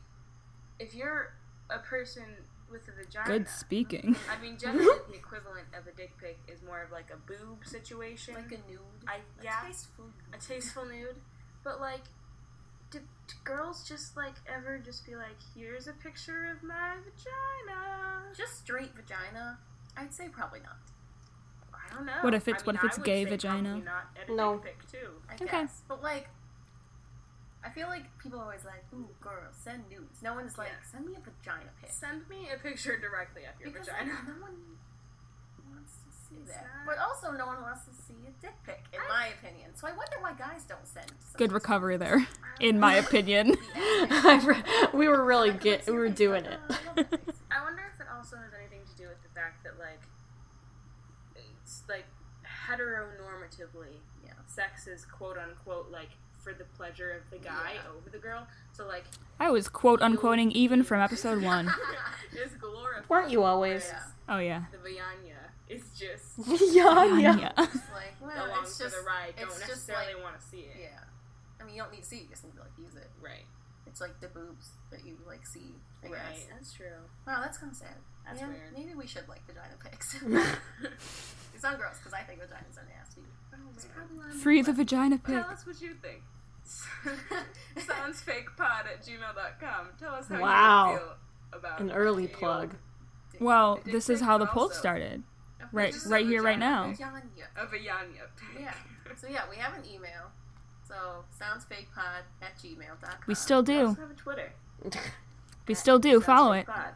if you're a person with a vagina,
Good speaking.
I mean generally the equivalent of a dick pic is more of like a boob situation.
like a nude
I- yeah.
a tasteful
a tasteful nude. But like, do, do girls just like ever just be like, "Here's a picture of my vagina"?
just straight vagina i'd say probably not
I don't know.
What if it's-
I
what
mean,
if it's
I would
gay
say
vagina?
probably Not at a
No.
dick pic too.
I
Okay.
guess. But like, I feel like people are always like, "Ooh, girl, send nudes." No one's like,
Yeah.
"Send me a vagina pic."
Send me a picture directly of your
Because like,
vagina.
no one wants to see
It's
that.
not-
But also, no one wants to see a dick pic, in my opinion. So I wonder why guys don't send.
Good recovery there, in my opinion.
I re- we were really get we were doing it.
uh,
I wonder if it also has anything to do with the fact that like, it's like heteronormatively,
Yeah.
sex is quote unquote like for the pleasure of the guy
Yeah.
over the girl. So like,
I was quote unquoting even from episode one.
is glorified.
Weren't you always?
Yeah.
Oh yeah.
The vagina is just
Yeah, Oh, yeah.
yeah.
It's like, well,
along
it's
for
just
the ride. Don't
it's just
necessarily
like-
want to see it.
yeah. I mean, you don't need to see. it, You just need to like use it.
Right.
It's it's like the boobs that you like see. I
Right.
guess.
That's true.
Wow, that's kind of sad.
That's
Yeah,
weird.
Maybe we should like vagina pics. it's on girls because I think vaginas are nasty. It's probably why I'm-
Free the vagina pic.
Tell us what you think. Soundsfakepod at gmail.com. Tell us how
Wow.
you feel about
An early
your-
plug.
Well,
Dick
this is
pic,
how the
but
poll
also-
started.
Okay,
Right,
just
right here, right now.
vagina pic.
A Vagina pic.
Yeah. So yeah, we have an email. So soundsfakepod at gmail.com.
We still
We
do.
also have a Twitter.
We still do. Follow it.
soundsfakepod.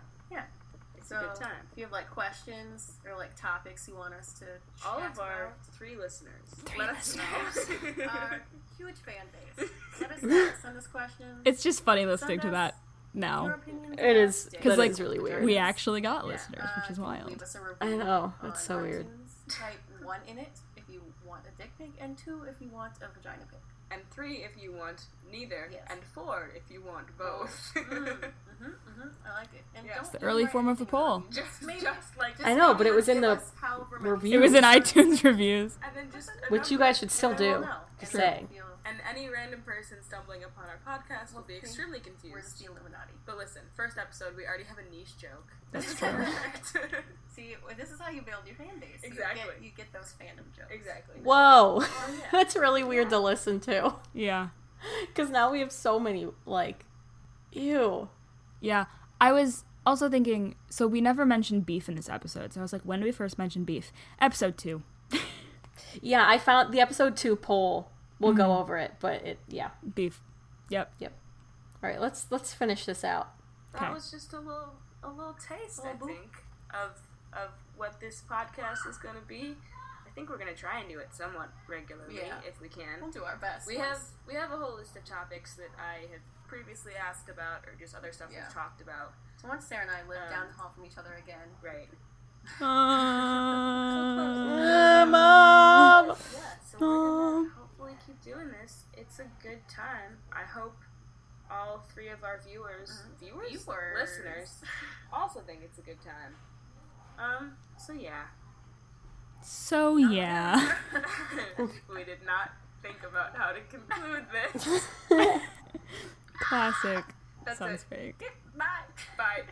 It's
So
a good time.
if you have like questions or like topics you want us to
All
chat
of our three listeners. let us know.
about, our huge fan base. Let us know. Send us questions.
It's just funny listening
Send
to that
us your
now.
opinions
It
about
is
Dick.
because
like,
like really weird.
We actually got
Yeah,
listeners,
uh,
which is
you can
wild.
Leave us a review
I know, that's
on
so weird.
iTunes. Type one in it if you want a dick pic, and two if you want a vagina pic.
and three if you want neither.
Yes.
And four if you want both.
Mm-hmm, mm-hmm, I like it. And
Yeah.
don't
It's
the
don't
early
write
form of the
anything wrong.
poll.
just,
Maybe.
just like
Just
I know,
tell
but it
us-
was in
give
the
us however many
review.
It was in
stars
iTunes reviews.
And then just a
Which you
number.
guys should still
and then we'll
do.
know, and
Just
then we'll
saying.
feel
And any random person stumbling upon our podcast will be
think
extremely
We're just
confused.
the Illuminati.
But listen, first episode, we already have a niche joke.
That's
That's
true.
correct.
See, well, this is how you build your fan base. You get,
Exactly.
you get those fandom jokes.
exactly.
Whoa,
yeah.
that's really weird to listen to
Yeah.
because now we have so many like, ew.
Yeah. I was also thinking, so we never mentioned beef in this episode. So I was like, when do we first mention beef? Episode two.
Yeah, I found the episode two poll. We'll go over it, but it yeah.
Beef. Yep.
All right, let's let's finish this out.
That
Okay.
was just a little a little taste,
Little
I
boop.
think, of of what this podcast is going to be. I think we're going to try and do it somewhat regularly
Yeah.
if we can.
We'll do our best.
We have
once-
we have a whole list of topics that I have previously asked about, or just other stuff
Yeah.
we've talked about.
So once Sarah and I live
um,
down the hall from each other again.
Right.
Uh,
Ah, Mom.
Yeah. So we're
Um.
gonna hopefully keep doing this. It's a good time. I hope all three of our viewers,
Mhm.
Uh-huh. viewers,
Viewers.
listeners, also think it's a good time. Um. So yeah.
so yeah.
we did not think about how to conclude this.
Classic.
That's
Sounds
it.
fake.
Bye.
Bye.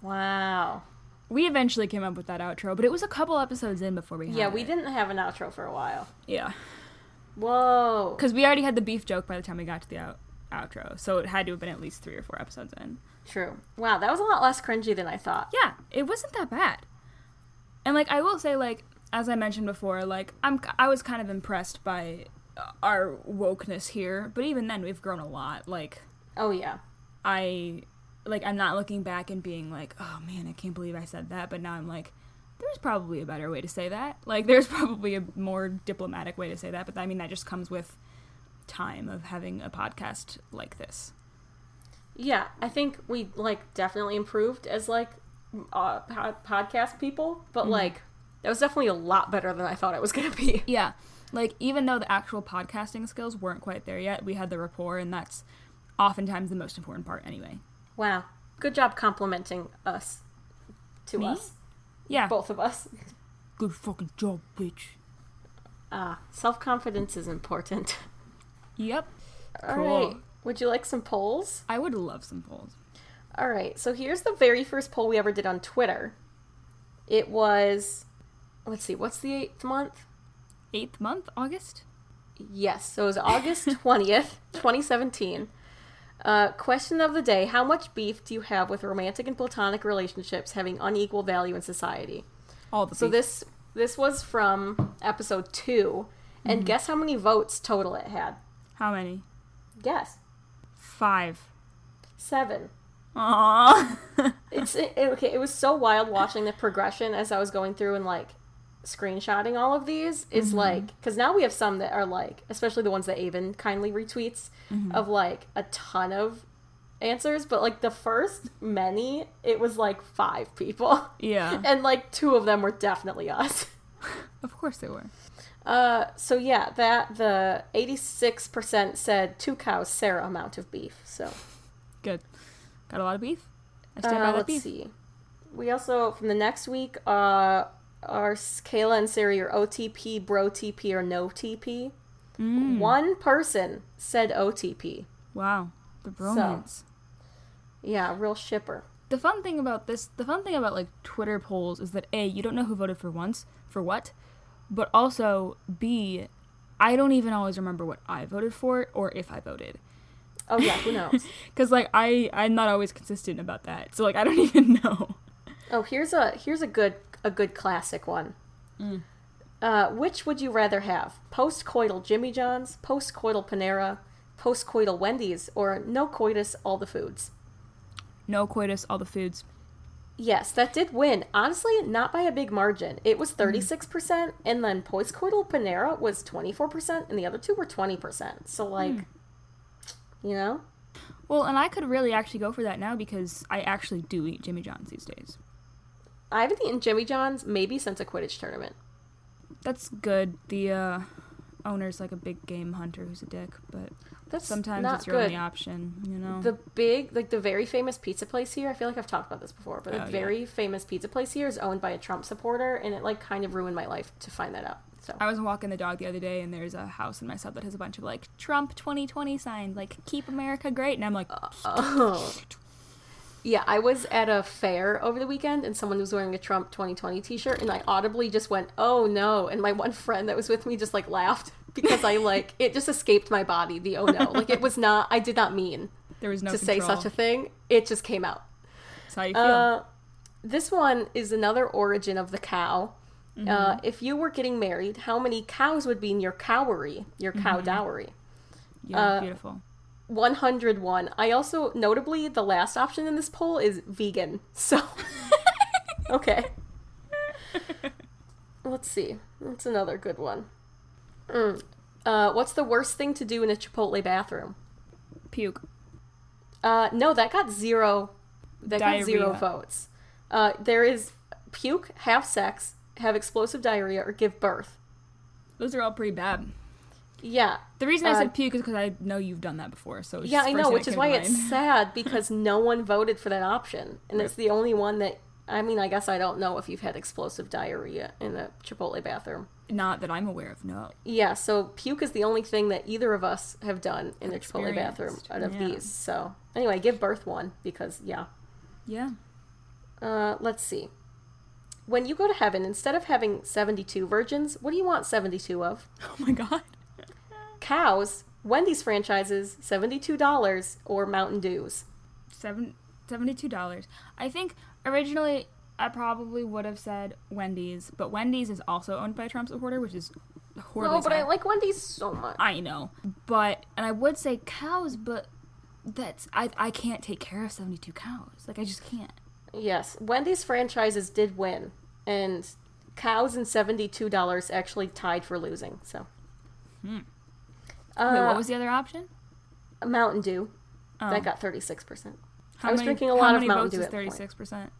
wow.
We eventually came up with that outro, but it was a couple episodes in before we had
Yeah, we
it.
didn't have an outro for a while.
Yeah.
Whoa.
Because we already had the beef joke by the time we got to the out- outro. So it had to have been at least three or four episodes in.
True. Wow, that was a lot less cringy than I thought.
yeah, it wasn't that bad. And like I will say, like as I mentioned before, like I'm I was kind of impressed by uh, our wokeness here, but even then we've grown a lot. Like
Oh yeah.
I like I'm not looking back and being like, oh man, I can't believe I said that. But now I'm like, there's probably a better way to say that. Like there's probably a more diplomatic way to say that. But I mean that just comes with time of having a podcast like this.
Yeah, I think we like definitely improved as like uh, pod- podcast people, but
Mm-hmm.
like that was definitely a lot better than I thought it was going to be.
Yeah. Like, even though the actual podcasting skills weren't quite there yet, we had the rapport, and that's oftentimes the most important part anyway.
Wow. Good job complimenting us to
Me?
us,
Yeah.
both of us.
Good fucking job, bitch.
Ah, self-confidence is important.
Yep.
All
Cool.
right. Would you like some polls?
I would love some polls.
All right. So here's the very first poll we ever did on Twitter. It was let's see, what's the 8th month?
Eighth month, August?
Yes, so it was August 20th, 2017. Uh, question of the day How much beef do you have with romantic and platonic relationships having unequal value in society?
All the
So
beef.
this this was from episode 2, and guess how many votes total it had?
How many?
Guess.
Five.
7.
Aww.
It's it, it- okay, it was so wild watching the progression as I was going through and like screenshotting all of these is like cuz now we have some that are like especially the ones that Avon kindly retweets of like a ton of answers but like the first many it was like 5 people
yeah.
and like two of them were definitely us.
Of course they were.
Uh so yeah, that the 86% said two cows Sarah amount of beef. So
Good. Got a lot of beef? I stand
Uh,
by that
let's
beef.
see. We also from the next week, uh, are S- Kayla and Siri are OTP, bro TP, or no TP?
Mm.
One person said OTP.
Wow. The bromance.
Yeah, real shipper.
The fun thing about this, the fun thing about like Twitter polls is that A, you don't know who voted for once, for what, but also B, I don't even always remember what I voted for or if I voted.
Oh yeah, who knows?
Cuz like I I'm not always consistent about that. So like I don't even know.
Oh, here's a here's a good a good classic one.
Mm.
Uh, which would you rather have? Postcoital Jimmy John's, postcoital Panera, postcoital Wendy's, or no coitus all the foods?
No coitus all the foods.
Yes, that did win. Honestly, not by a big margin. It
Mm-hmm.
was 36%, and then postcoital Panera was 24%, and the other two were 20%.
Hmm.
So, like, you know?
Well, and I could really actually go for that now because I actually do eat Jimmy John's these days.
I haven't eaten Jimmy John's maybe since a Quidditch tournament.
That's good. The uh owner's like a big game hunter who's a dick, but
That's
sometimes
not
it's your
good.
only option, you know.
The big, like the very famous pizza place here, I feel like I've talked about this before, but
Oh,
the
yeah.
very famous pizza place here is owned by a Trump supporter, and it like kind of ruined my life to find that out. So
I was walking the dog the other day, and there's a house in my sub that has a bunch of like Trump 2020 signs, like "Keep America Great," and I'm like,
Oh. Yeah, I was at a fair over the weekend and someone was wearing a Trump 2020 t-shirt and I audibly just went, "Oh no." And my one friend that was with me just like laughed because I like it just escaped my body, the "Oh no." Like it was not I did not mean
there was no
to say such a
thing.
thing. It just came out.
That's how you feel.
Uh, this one is another origin of the cow. Uh, if you were getting married, how many cows would be in your cowry, your cow dowry?
yeah,
uh,
beautiful.
101. I also, notably, the last option in this poll is vegan. So, okay. Let's see. That's another good one. Mm. Uh, what's the worst thing to do in a Chipotle bathroom?
Puke.
Uh, no, that got zero. That got zero
Diarrhea.
votes. Uh, there is puke, have sex, have explosive diarrhea, or give birth.
Those are all pretty bad.
Yeah,
The reason I
Uh,
said puke is because I know you've done that before. So it's
Yeah,
just the
I
first
know,
thing
which
that
is
came
why
to
it's
mind.
sad because no one voted for that option. And it's
Right.
the only one that I mean, I guess I don't know if you've had explosive diarrhea in a Chipotle bathroom.
not that I'm aware of. No,
Yeah, so puke is the only thing that either of us have done in a Chipotle bathroom
Experienced,
out of
yeah.
these. So, anyway, give birth one because yeah.
yeah,
Uh, let's see. When you go to heaven, instead of having 72 virgins, what do you want 72 of?
oh my god,
Cows, Wendy's franchises, $72, or Mountain Dews?
seven seventy-two dollars. I think originally I probably would have said Wendy's, but Wendy's is also owned by a Trump supporter, which is horrible.
No, but I like Wendy's so much.
I know, but and I would say cows, but that's I I can't take care of seventy two cows. Like I just can't.
Yes, Wendy's franchises did win, and cows and seventy-two dollars actually tied for losing. So, uh,
Wait, what was the other option?
Mountain Dew?
Oh.
That got thirty-six percent.
How
I was
many-
drinking a
how
lot of
many
Mountain
votes
Dew
is
at the
thirty
point.
six percent.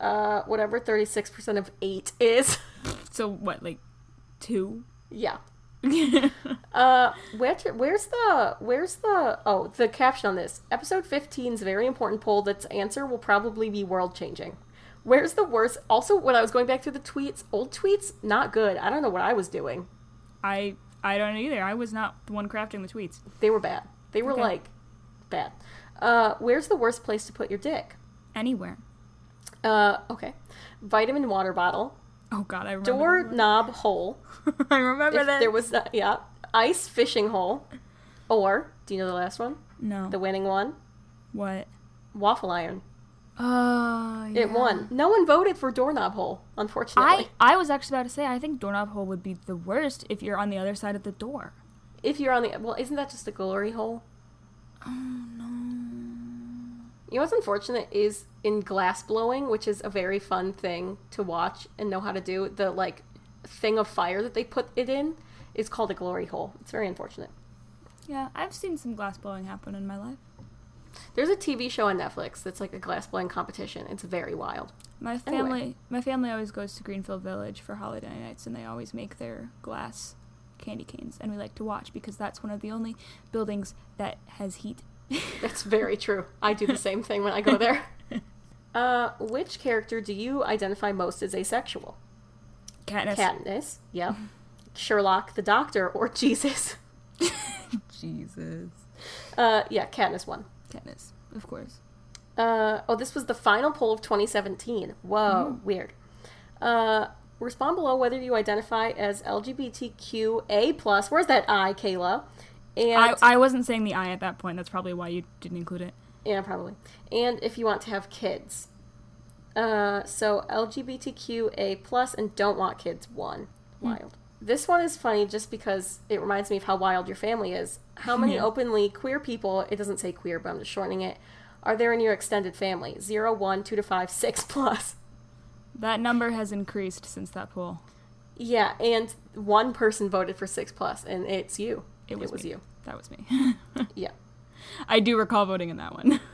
Uh, whatever thirty-six percent of eight is.
So what, like two?
yeah.
That's
Uh, where where's the where's the oh the caption on this episode 15's very important poll that's answer will probably be world changing. Where's the worst? Also, when I was going back through the tweets, old tweets not good. I don't know what I was doing.
I I don't know either. I was not the one crafting the tweets.
They were bad. They were
Okay.
like bad. Uh, where's the worst place to put your dick?
Anywhere.
Uh, okay. Vitamin water bottle,
Oh god, I remember.
door
this.
knob hole.
I remember
If
that.
there was not, yeah, ice fishing hole, or do you know the last one?
no.
The winning one,
what?
waffle iron.
Oh,
It won. No one voted for doorknob hole, unfortunately.
I I was actually about to say I think doorknob hole would be the worst if you're on the other side of the door.
If you're on the well, isn't that just a glory hole?
Oh no.
You know what's unfortunate is in glass blowing, which is a very fun thing to watch and know how to do, the like thing of fire that they put it in is called a glory hole. It's very unfortunate.
Yeah, I've seen some glass blowing happen in my life.
There's a TV show on Netflix that's like a glass blowing competition. It's very wild.
My
Anyway.
family, my family always goes to Greenfield Village for holiday nights, and they always make their glass candy canes, and we like to watch because that's one of the only buildings that has heat.
That's very true. I do the same thing when I go there. Uh, which character do you identify most as asexual?
Katniss.
Katniss, yep. Sherlock the Doctor, or Jesus?
Jesus.
Uh, yeah, Katniss won.
Katniss, of course.
Uh, oh, this was the final poll of 2017. Whoa,
Mm-hmm.
weird. Uh, respond below whether you identify as LGBTQA+. plus. Where's that I, Kayla? And
I, I wasn't saying the I at that point. That's probably why you didn't include it.
yeah, probably. And if you want to have kids. Uh, so LGBTQA plus and don't want kids one. Wild. This one is funny just because it reminds me of how wild your family is. How many
Yeah.
openly queer people? It doesn't say queer, but I'm just shortening it. Are there in your extended family? Zero, one, two to five, six plus.
That number has increased since that poll.
Yeah, and one person voted for six plus, and it's you.
It was, me.
you.
That was me.
Yeah.
I do recall voting in that one.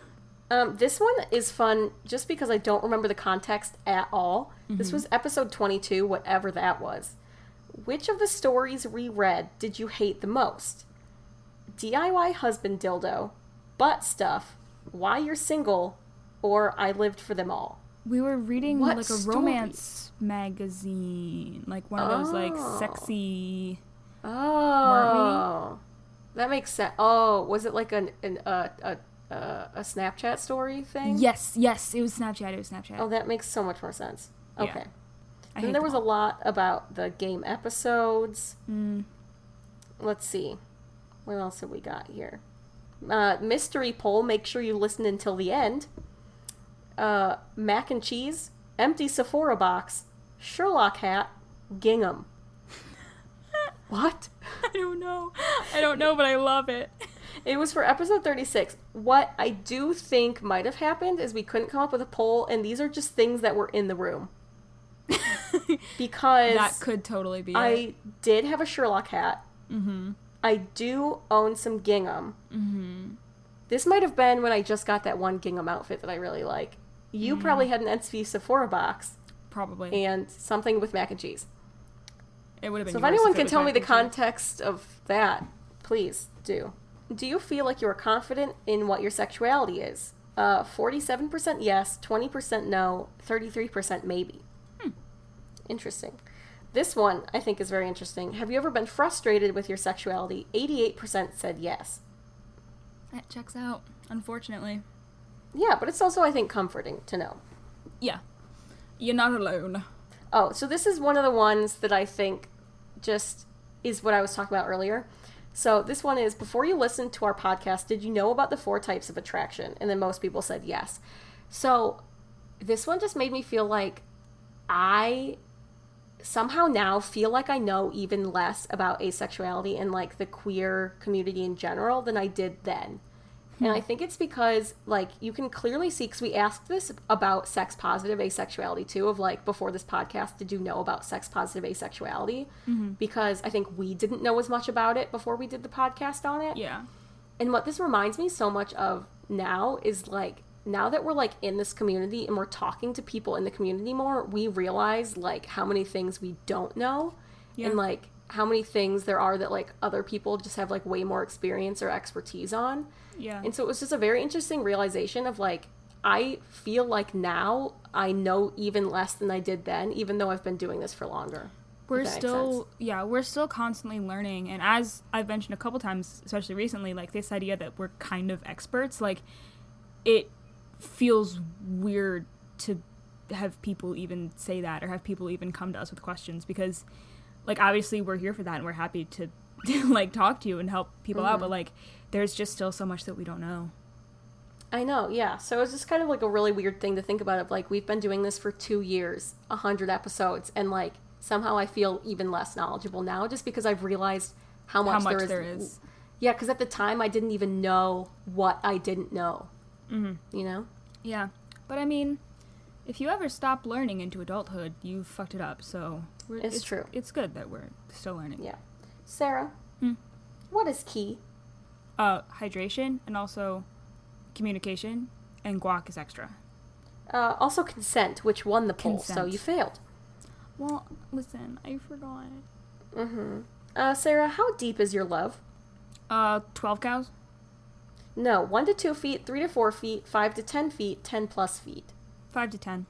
Um, this one is fun just because I don't remember the context at all. This was episode 22, whatever that was. Which of the stories reread did you hate the most? DIY husband dildo, butt stuff, why you're single, or I lived for them all.
We were reading
What
like a romance magazine, like one of those like
Oh.
sexy.
Oh, that makes sense. Oh, was it like an, an uh, a uh, a Snapchat story thing?
Yes, yes, it was Snapchat. It was Snapchat.
Oh, that makes so much more sense.
Yeah.
Okay.
I hate
And there
them
was a
all.
lot about the game episodes.
Mm.
Let's see. What else have we got here? Uh, mystery poll. Make sure you listen until the end. Uh, mac and cheese. Empty Sephora box. Sherlock hat. Gingham. what?
I don't know. I don't know, but I love it.
It was for episode 36. What I do think might have happened is we couldn't come up with a poll, and these are just things that were in the room. Because
that could totally be. it. Mm-hmm.
I did have a Sherlock hat. I do own some gingham. This might have been when I just got that one gingham outfit that I really like. You probably had an NSV Sephora box
probably
and something with mac and cheese.
it would have been.
So if
yours
anyone
it
can
was
tell
my
me the
picture.
context of that, please do. Do you feel like you are confident in what your sexuality is? Uh, 47% yes, 20% no, 33% maybe. Interesting. This one I think is very interesting. Have you ever been frustrated with your sexuality? 88% said yes.
that checks out. Unfortunately,
Yeah, but it's also, I think, comforting to know.
yeah, you're not alone.
Oh, so this is one of the ones that I think just is what I was talking about earlier. So this one is before you listened to our podcast, did you know about the four types of attraction? And then most people said yes. So this one just made me feel like I somehow now feel like I know even less about asexuality and like the queer community in general than I did then. And I think it's because, like, you can clearly see, because we asked this about sex positive asexuality too, of like, before this podcast, did you know about sex positive asexuality? Because I think we didn't know as much about it before we did the podcast on it.
Yeah,
And what this reminds me so much of now is like now that we're like in this community and we're talking to people in the community more, we realize like how many things we don't know
Yeah.
and like how many things there are that like other people just have like way more experience or expertise on.
yeah.
And so it was just a very interesting realization of like I feel like now I know even less than I did then, even though I've been doing this for longer.
we're
that makes
still
sense.
yeah we're still constantly learning and as i've mentioned a couple times especially recently like this idea that we're kind of experts like it feels weird to have people even say that or have people even come to us with questions because like obviously we're here for that and we're happy to like talk to you and help people
Mm-hmm.
out but like there's just still so much that we don't know
I know, yeah. So it's just kind of like a really weird thing to think about. Of like, we've been doing this for two years, a hundred episodes, and like somehow I feel even less knowledgeable now, just because I've realized how much,
how much
there is.
is
Yeah, because at the time I didn't even know what I didn't know. Mm-hmm. You know?
yeah but i mean if you ever stop learning into adulthood you fucked it up so we're,
It's true.
it's good that we're still learning
Yeah. Sarah,
Hmm.
what is key?
uh, hydration and also communication, and guac is extra.
Uh, also consent, which won the poll, so
Consent.
you failed.
Well, listen, I forgot.
Uh, Sarah, how deep is your love?
Uh, 12 cows?
No, one to two feet, three to four feet, five to ten feet, ten plus feet.
5 to 10.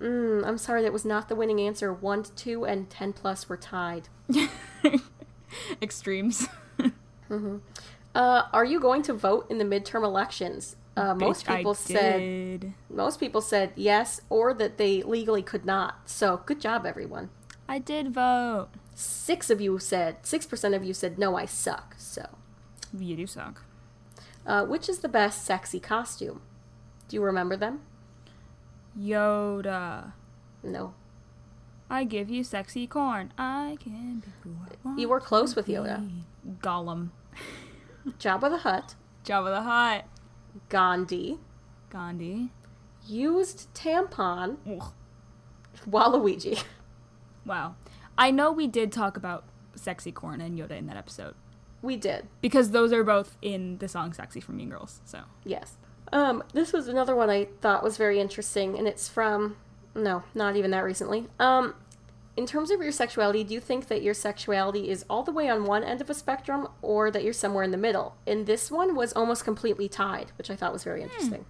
Mm, I'm sorry, that was not the winning answer. One, to two, and ten plus were tied.
Extremes.
Uh, are you going to vote in the midterm elections? Uh, most
Bitch, I
people said
did.
most people said yes, or that they legally could not. So good job, everyone.
I did vote.
Six of you said six percent of you said no, I suck. So,
You do suck.
uh, which is the best sexy costume? Do you remember them?
Yoda.
No,
I give you sexy corn. I can be who I want.
you were close with Yoda.
to be. Gollum.
Jabba the Hutt,
Jabba the Hutt.
Gandhi
Gandhi.
used tampon,
Ugh.
Waluigi.
Wow. I know we did talk about sexy corn and Yoda in that episode
We did.
because those are both in the song "Sexy" from Mean Girls. So
Yes. Um, this was another one I thought was very interesting, and it's from no, not even that recently. Um, in terms of your sexuality, do you think that your sexuality is all the way on one end of a spectrum, or that you're somewhere in the middle? And this one was almost completely tied, which I thought was very interesting.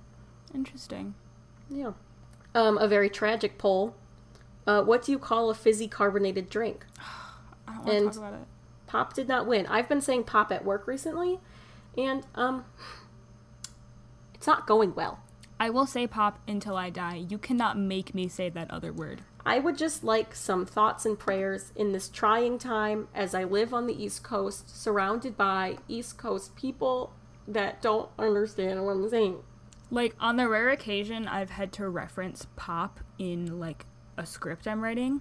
interesting.
Yeah. Um, a very tragic poll. Uh, what do you call a fizzy carbonated drink?
I don't want to
And-
talk about it.
Pop did not win. I've been saying pop at work recently, and um, it's not going well.
I will say pop until I die. You cannot make me say that other word.
I would just like some thoughts and prayers in this trying time as I live on the East Coast, surrounded by East Coast people that don't understand what I'm saying.
Like on the rare occasion I've had to reference pop in like a script I'm writing,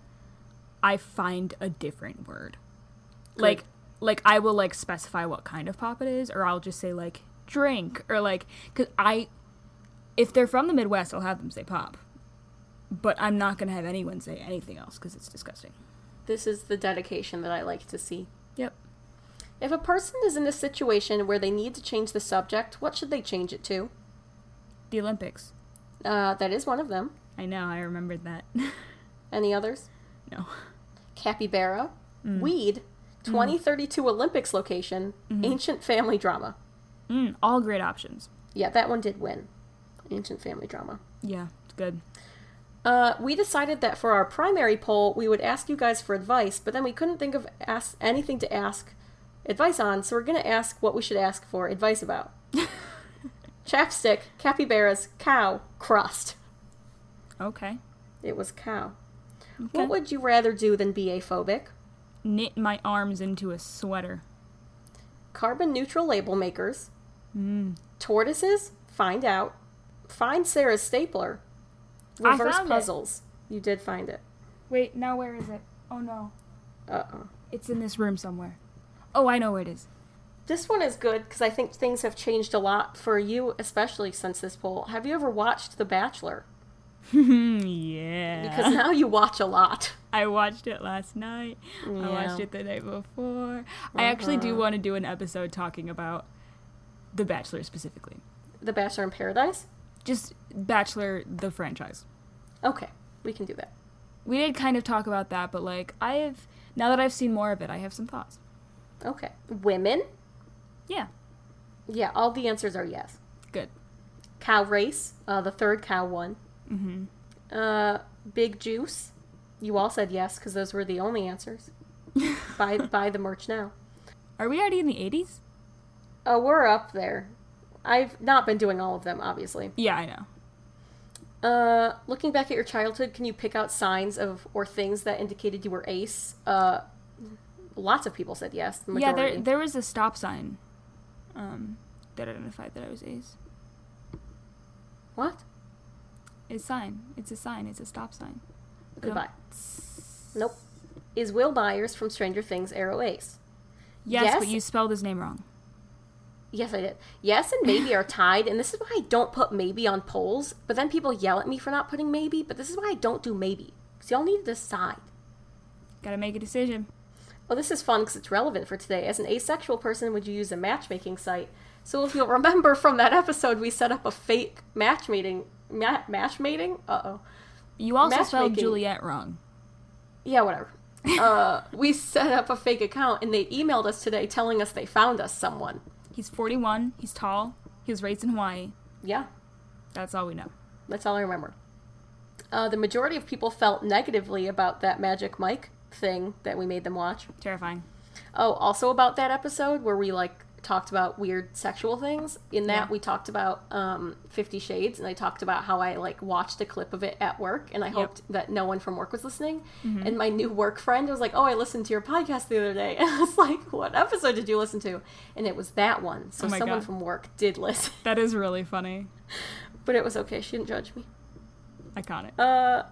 I find a different word. Like like I will like specify what kind of pop it is or I'll just say like drink or like cuz I if they're from the Midwest, I'll have them say pop. But I'm not going to have anyone say anything else cuz it's disgusting.
This is the dedication that I like to see.
Yep.
If a person is in a situation where they need to change the subject, what should they change it to?
The Olympics.
Uh, that is one of them.
I know, I remembered that.
Any others?
no.
Capybara, weed, 2032 Olympics location, ancient family drama.
Mm, all great options.
Yeah, that one did win. Ancient family drama.
Yeah, it's good.
Uh, we decided that for our primary poll, we would ask you guys for advice, but then we couldn't think of ask- anything to ask advice on, so we're going to ask what we should ask for advice about. Chapstick, capybaras, cow, crust.
Okay.
It was cow.
Okay.
What would you rather do than be aphobic?
knit my arms into a sweater.
Carbon neutral label makers,
Mm.
tortoises, find out, find Sarah's stapler,
I
reverse
found it.
puzzles. You did find it.
Wait, now where is it? Oh no.
Uh oh.
It's in this room somewhere. Oh, I know where it is.
This one is good because I think things have changed a lot for you, especially since this poll. Have you ever watched The Bachelor?
yeah.
Because now you watch a lot.
I watched it last night. I watched
Yeah.
it the night before. I actually do want to do an episode talking about The Bachelor specifically.
The Bachelor in Paradise?
Just Bachelor the franchise.
Okay, we can do that.
We did kind of talk about that, but like I have now that I've seen more of it, I have some thoughts.
Okay. Women?
Yeah.
Yeah, all the answers are yes.
Good.
Cow race, uh, the third cow one.
Mhm.
Uh, Big Juice? You all said yes because those were the only answers. buy, buy the merch now.
Are we already in the 80s?
Oh, we're up there. I've not been doing all of them, obviously.
Yeah, I know.
Uh, looking back at your childhood, can you pick out signs of or things that indicated you were ace? Uh, lots of people said yes. The
Yeah,
majority.
there there was a stop sign um, that identified that I was Ace.
What?
A sign. It's a sign. It's a stop sign.
Goodbye. Nope. Is Will Byers from Stranger Things Arrow Ace?
Yes,
Yes.
but you spelled his name wrong.
Yes, I did. Yes and maybe are tied, and this is why I don't put maybe on polls. But then people yell at me for not putting maybe. But this is why I don't do maybe because y'all need to decide.
Gotta make a decision.
Well, this is fun because it's relevant for today. As an asexual person, would you use a matchmaking site? So, if you'll remember from that episode, we set up a fake matchmaking. Ma- matchmating? Uh oh.
You also spelled
Matchmaking.
Juliet wrong.
Yeah, whatever. Uh, we set up a fake account and they emailed us today telling us they found us someone.
He's 41. He's tall. He was raised in Hawaii.
Yeah,
That's all we know.
that's all I remember. Uh, the majority of people felt negatively about that Magic Mike thing that we made them watch.
Terrifying.
Oh, also about that episode where we like talked about weird sexual things. In that,
Yeah.
we talked about um, Fifty Shades, and I talked about how I like watched a clip of it at work, and I hoped that no one from work was listening.
Mm-hmm.
And my new work friend was like, "Oh, I listened to your podcast the other day," and I was like, "What episode did you listen to?" And it was that one. So
Oh my
someone
God.
from work did listen,
That is really funny.
but it was okay. She didn't judge me.
Iconic.
Uh,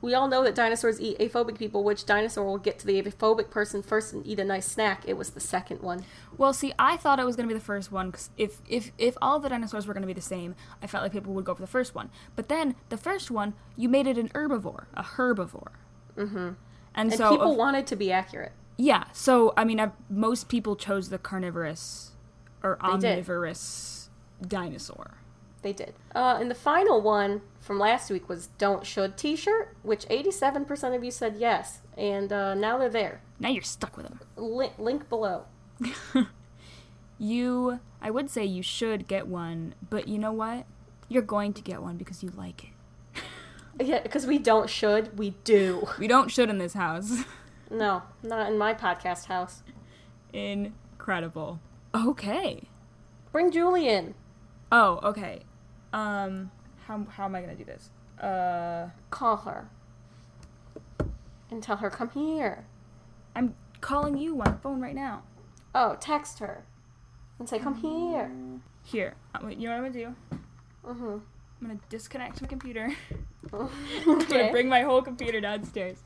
we all know that dinosaurs eat aphobic people. Which dinosaur will get to the aphobic person first and eat a nice snack? It was the second one.
Well, see, I thought it was going to be the first one because if, if, if all the dinosaurs were going to be the same, I felt like people would go for the first one. But then the first one, you made it an herbivore, a herbivore. Mm-hmm. And,
And
so,
people
of-
wanted to be accurate.
yeah. So, I mean, I've, most people chose the carnivorous or
did.
omnivorous dinosaur.
They did. Uh, and the final one from last week was "Don't Should" T-shirt, which 87% of you said yes, and uh, now they're there.
Now you're stuck with them.
Li- link below.
You, I would say you should get one, but you know what? You're going to get one because you like it.
Yeah, because we don't should, we do.
We don't should in this house.
No, not in my podcast house.
Incredible. Okay.
Bring Julie in.
Oh, okay. Um, how how am I gonna do this? Uh,
Call her and tell her come here.
I'm calling you on the phone right now.
Oh, text her and say, "Come here."
Here, I'm- you know what I'm gonna do?
Mhm.
I'm gonna disconnect my computer. I'm gonna
Okay.
bring my whole computer downstairs.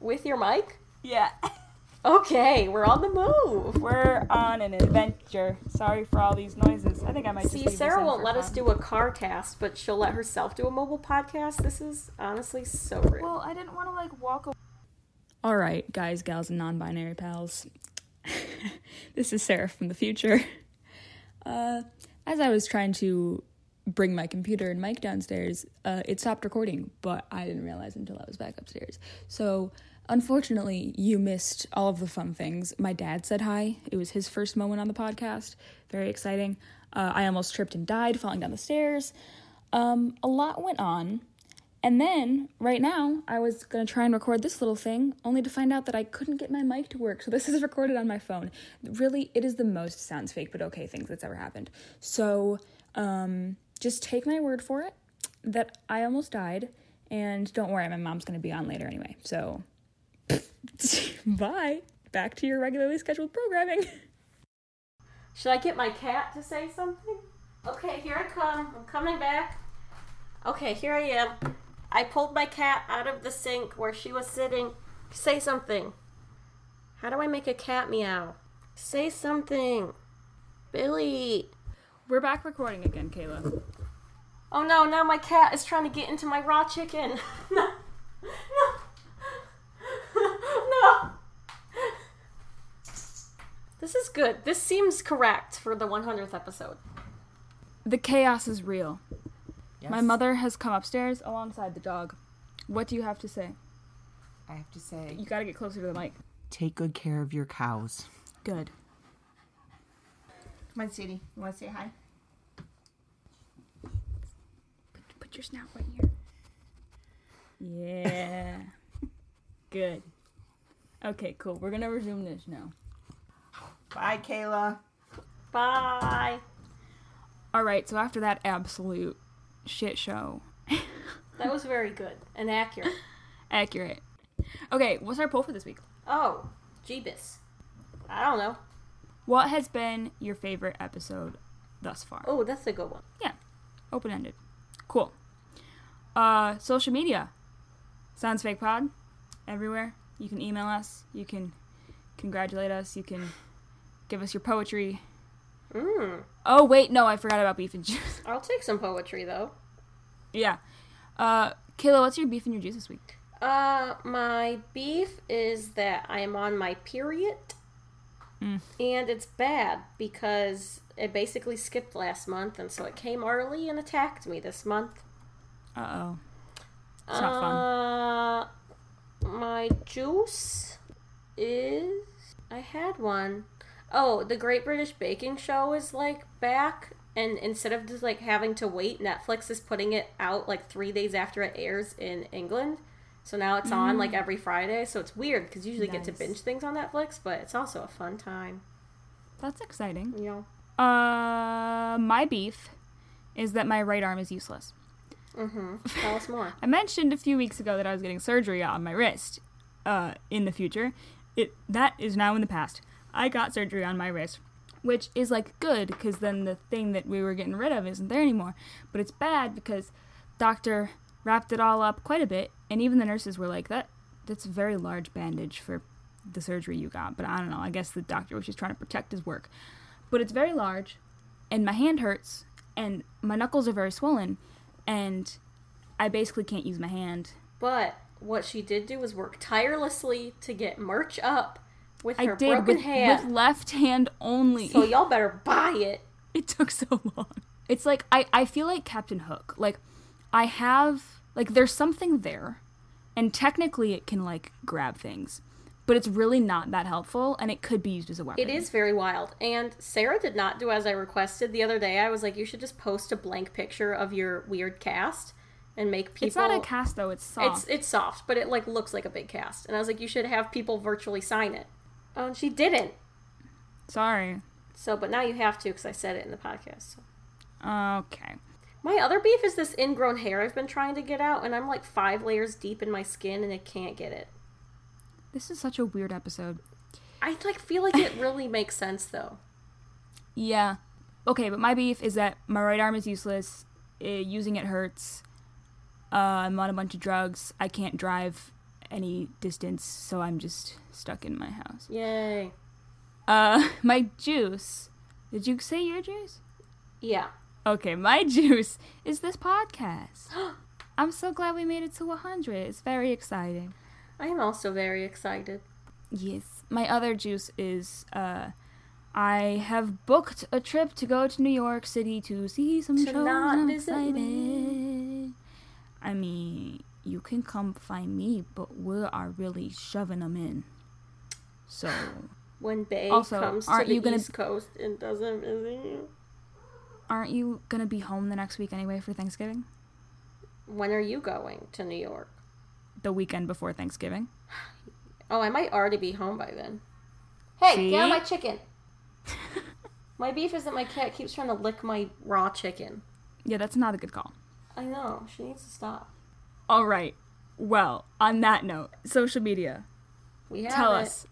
With your mic.
Yeah,
Okay, we're on the move.
we're on an adventure. Sorry for all these noises. I think I might. just
See,
leave this
Sarah
in
won't
for
let us
fun.
do a car cast, but she'll let herself do a mobile podcast. This is honestly so rude.
Well, I didn't want to like walk. All right, guys, gals, and non-binary pals. this is Sarah from the future. Uh, as I was trying to bring my computer and mic downstairs, uh, it stopped recording, but I didn't realize until I was back upstairs. So, unfortunately, you missed all of the fun things. My dad said hi. It was his first moment on the podcast. Very exciting. Uh, I almost tripped and died falling down the stairs. Um, a lot went on. And then, right now, I was gonna try and record this little thing, only to find out that I couldn't get my mic to work, so this is recorded on my phone. Really, it is the most sounds fake but okay things that's ever happened. So, um, just take my word for it that I almost died, and don't worry, my mom's gonna be on later anyway, so. Bye! Back to your regularly scheduled programming.
Should I get my cat to say something? Okay, here I come. I'm coming back. Okay, here I am. I pulled my cat out of the sink where she was sitting. Say something. How do I make a cat meow? Say something. Billy.
We're back recording again, Kayla.
Oh no, now my cat is trying to get into my raw chicken. no. No. no. This is good. This seems correct for the 100th episode.
The chaos is real.
Yes.
My mother has come upstairs alongside the dog. What do you have to say?
I have to say,
You gotta get closer to the mic.
take good care of your cows.
Good.
Come on, Sadie. You want to say hi?
Put, put your snout right here. Yeah. Good. Okay, cool. We're gonna resume this now.
Bye, Kayla.
Bye.
All right. So after that absolute shit show,
That was very good and accurate.
accurate. Okay, what's our poll for this week?
Oh, Jeebus. I don't know.
What has been your favorite episode thus far?
Oh, that's a good one.
Yeah, open ended. Cool. Uh, social media. Sounds Fake Pod. Everywhere. You can email us. You can congratulate us. You can give us your poetry.
Mm,
Oh, wait, no, I forgot about beef and juice.
I'll take some poetry though.
yeah. Uh, Kayla, what's your beef and your juice this week?
Uh, my beef is that I am on my period,
Mm.
and it's bad because it basically skipped last month, and so it came early and attacked me this month.
Uh oh. It's not fun.
Uh, my juice is. I had one. Oh, the Great British Baking Show is like back, and instead of just like having to wait, Netflix is putting it out like three days after it airs in England. So now it's on like every Friday. So it's weird because usually get to
Mm. Nice.
binge things on Netflix, but it's also a fun time.
That's exciting.
Yeah.
Uh, my beef is that my right arm is useless.
Mm-hmm. Tell us more.
I mentioned a few weeks ago that I was getting surgery on my wrist. Uh, in the future, it that is now in the past. I got surgery on my wrist, which is like good because then the thing that we were getting rid of isn't there anymore. But it's bad because doctor wrapped it all up quite a bit, and even the nurses were like, "That that's a very large bandage for the surgery you got." But I don't know. I guess the doctor was just trying to protect his work. But it's very large, and my hand hurts, and my knuckles are very swollen, and I basically can't use my hand.
But what she did do was work tirelessly to get merch up with
I
her
did
broken
with, with
hand.
left hand only.
so y'all better buy it.
it took so long. It's like I, I feel like Captain Hook. Like I have like there's something there and technically it can like grab things. But it's really not that helpful and it could be used as a weapon.
It is very wild. And Sarah did not do as I requested the other day. I was like, you should just post a blank picture of your weird cast and make people.
It's not a cast though, it's soft.
It's it's soft, but it like looks like a big cast. And I was like, you should have people virtually sign it. Oh, and she didn't.
Sorry.
So, but now you have to because I said it in the podcast. So.
Okay.
My other beef is this ingrown hair I've been trying to get out, and I'm like five layers deep in my skin, and I can't get it.
This is such a weird episode.
I like feel like it really makes sense though.
Yeah. Okay, but my beef is that my right arm is useless. Uh using it hurts. Uh, I'm on a bunch of drugs. I can't drive any distance, so I'm just stuck in my house.
Yay.
Uh, my juice. Did you say your juice?
Yeah.
Okay, my juice is this podcast. I'm so glad we made it to 100. It's very exciting.
I'm also very excited.
Yes. My other juice is uh I have booked a trip to go to New York City to see some
To
shows.
not
I'm
visit
excited.
me.
I mean, you can come find me, but we are really shoving them in. So
When Bay
Also,
comes to
aren't
the
you gonna-
East Coast and doesn't visit you.
aren't you gonna be home the next week anyway for Thanksgiving?
When are you going to New York?
The weekend before Thanksgiving?
Oh, I might already be home by then. Hey,
See?
get out my chicken. my beef is that my cat keeps trying to lick my raw chicken.
Yeah, that's not a good call.
I know. She needs to stop.
All right. Well, on that note, social media.
We have
Tell
it.
us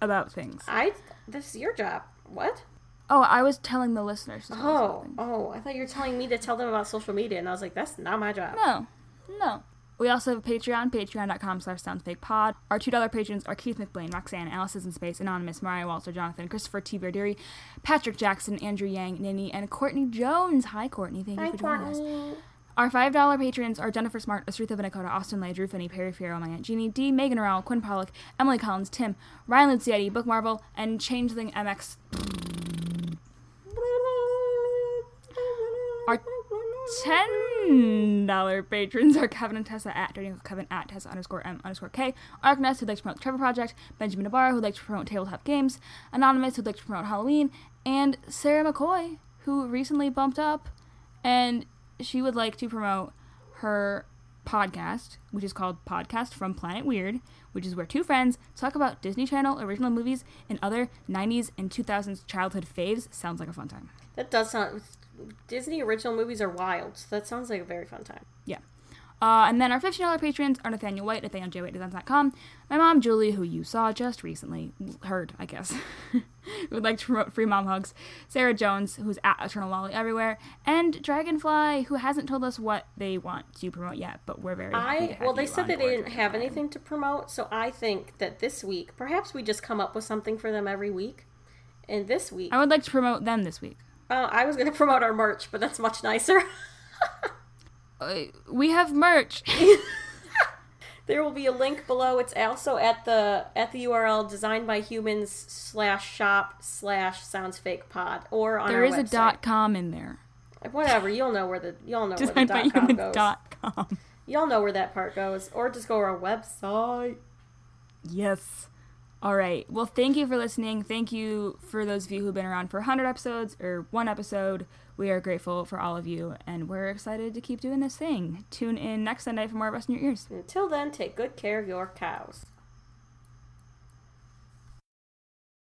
about things.
I this is your job. What?
Oh, I was telling the listeners. To tell us about
Oh,
things.
oh, I thought you were telling me to tell them about social media, and I was like, that's not my job.
No, no. We also have a Patreon, patreon.com slash soundsfakepod. Our $2 patrons are Keith McBlain, Roxanne, Alice is in Space, Anonymous, Mariah Walter, Jonathan, Christopher T. Verderi, Patrick Jackson, Andrew Yang, Nini, and Courtney Jones. Hi, Courtney. Thank you
Hi,
for joining us.
Courtney.
Our $5 patrons are Jennifer Smart, Asritha Vinakota, Austin Lay, Drew Finney, Perry Fierro, My Aunt Jeannie, D, Megan Rowell, Quinn Pollock, Emily Collins, Tim, Ryan Lucietti, Book Marvel, and Changeling MX. Our ten dollar patrons are Kevin and Tessa at Dirty Uncle Kevin at Tessa underscore M underscore K, Arkness who'd like to promote the Trevor Project, Benjamin Navarro who'd like to promote Tabletop Games, Anonymous who'd like to promote Halloween, and Sarah McCoy who recently bumped up, and she would like to promote her podcast, which is called Podcast from Planet Weird, which is where two friends talk about Disney Channel original movies and other 90s and 2000s childhood faves. Sounds like a fun time.
That does sound. Disney original movies are wild, so that sounds like a very fun time.
Yeah. Uh, and then our $15 patrons are Nathaniel White, NathanielJWhiteDesigns.com, my mom, Julie, who you saw just recently, heard, I guess, who would like to promote free mom hugs, Sarah Jones, who's at Eternal Lolly everywhere, and Dragonfly, who hasn't told us what they want to promote yet, but we're very happy to
I
have
well, they
you
said
on
that they
board
didn't
with
have
Dragonfly.
anything to promote, so I think that this week, perhaps we just come up with something for them every week. And this week,
I would like to promote them this week.
uh, I was going to promote our merch, but that's much nicer.
Uh, we have merch.
There will be a link below. It's also at the at the URL designed by humans slash shop slash sounds fake pod or on
there
our
is a
website.
dot com in there.
Whatever you'll know where the you'll know where the
Designed by
dot com
humans
goes.
dot com.
Y'all know where that part goes, or just go to our website.
Yes. All right. Well, thank you for listening. Thank you for those of you who've been around for 100 episodes or one episode. We are grateful for all of you, and we're excited to keep doing this thing. Tune in next Sunday for more of us in your ears.
Until then, take good care of your cows.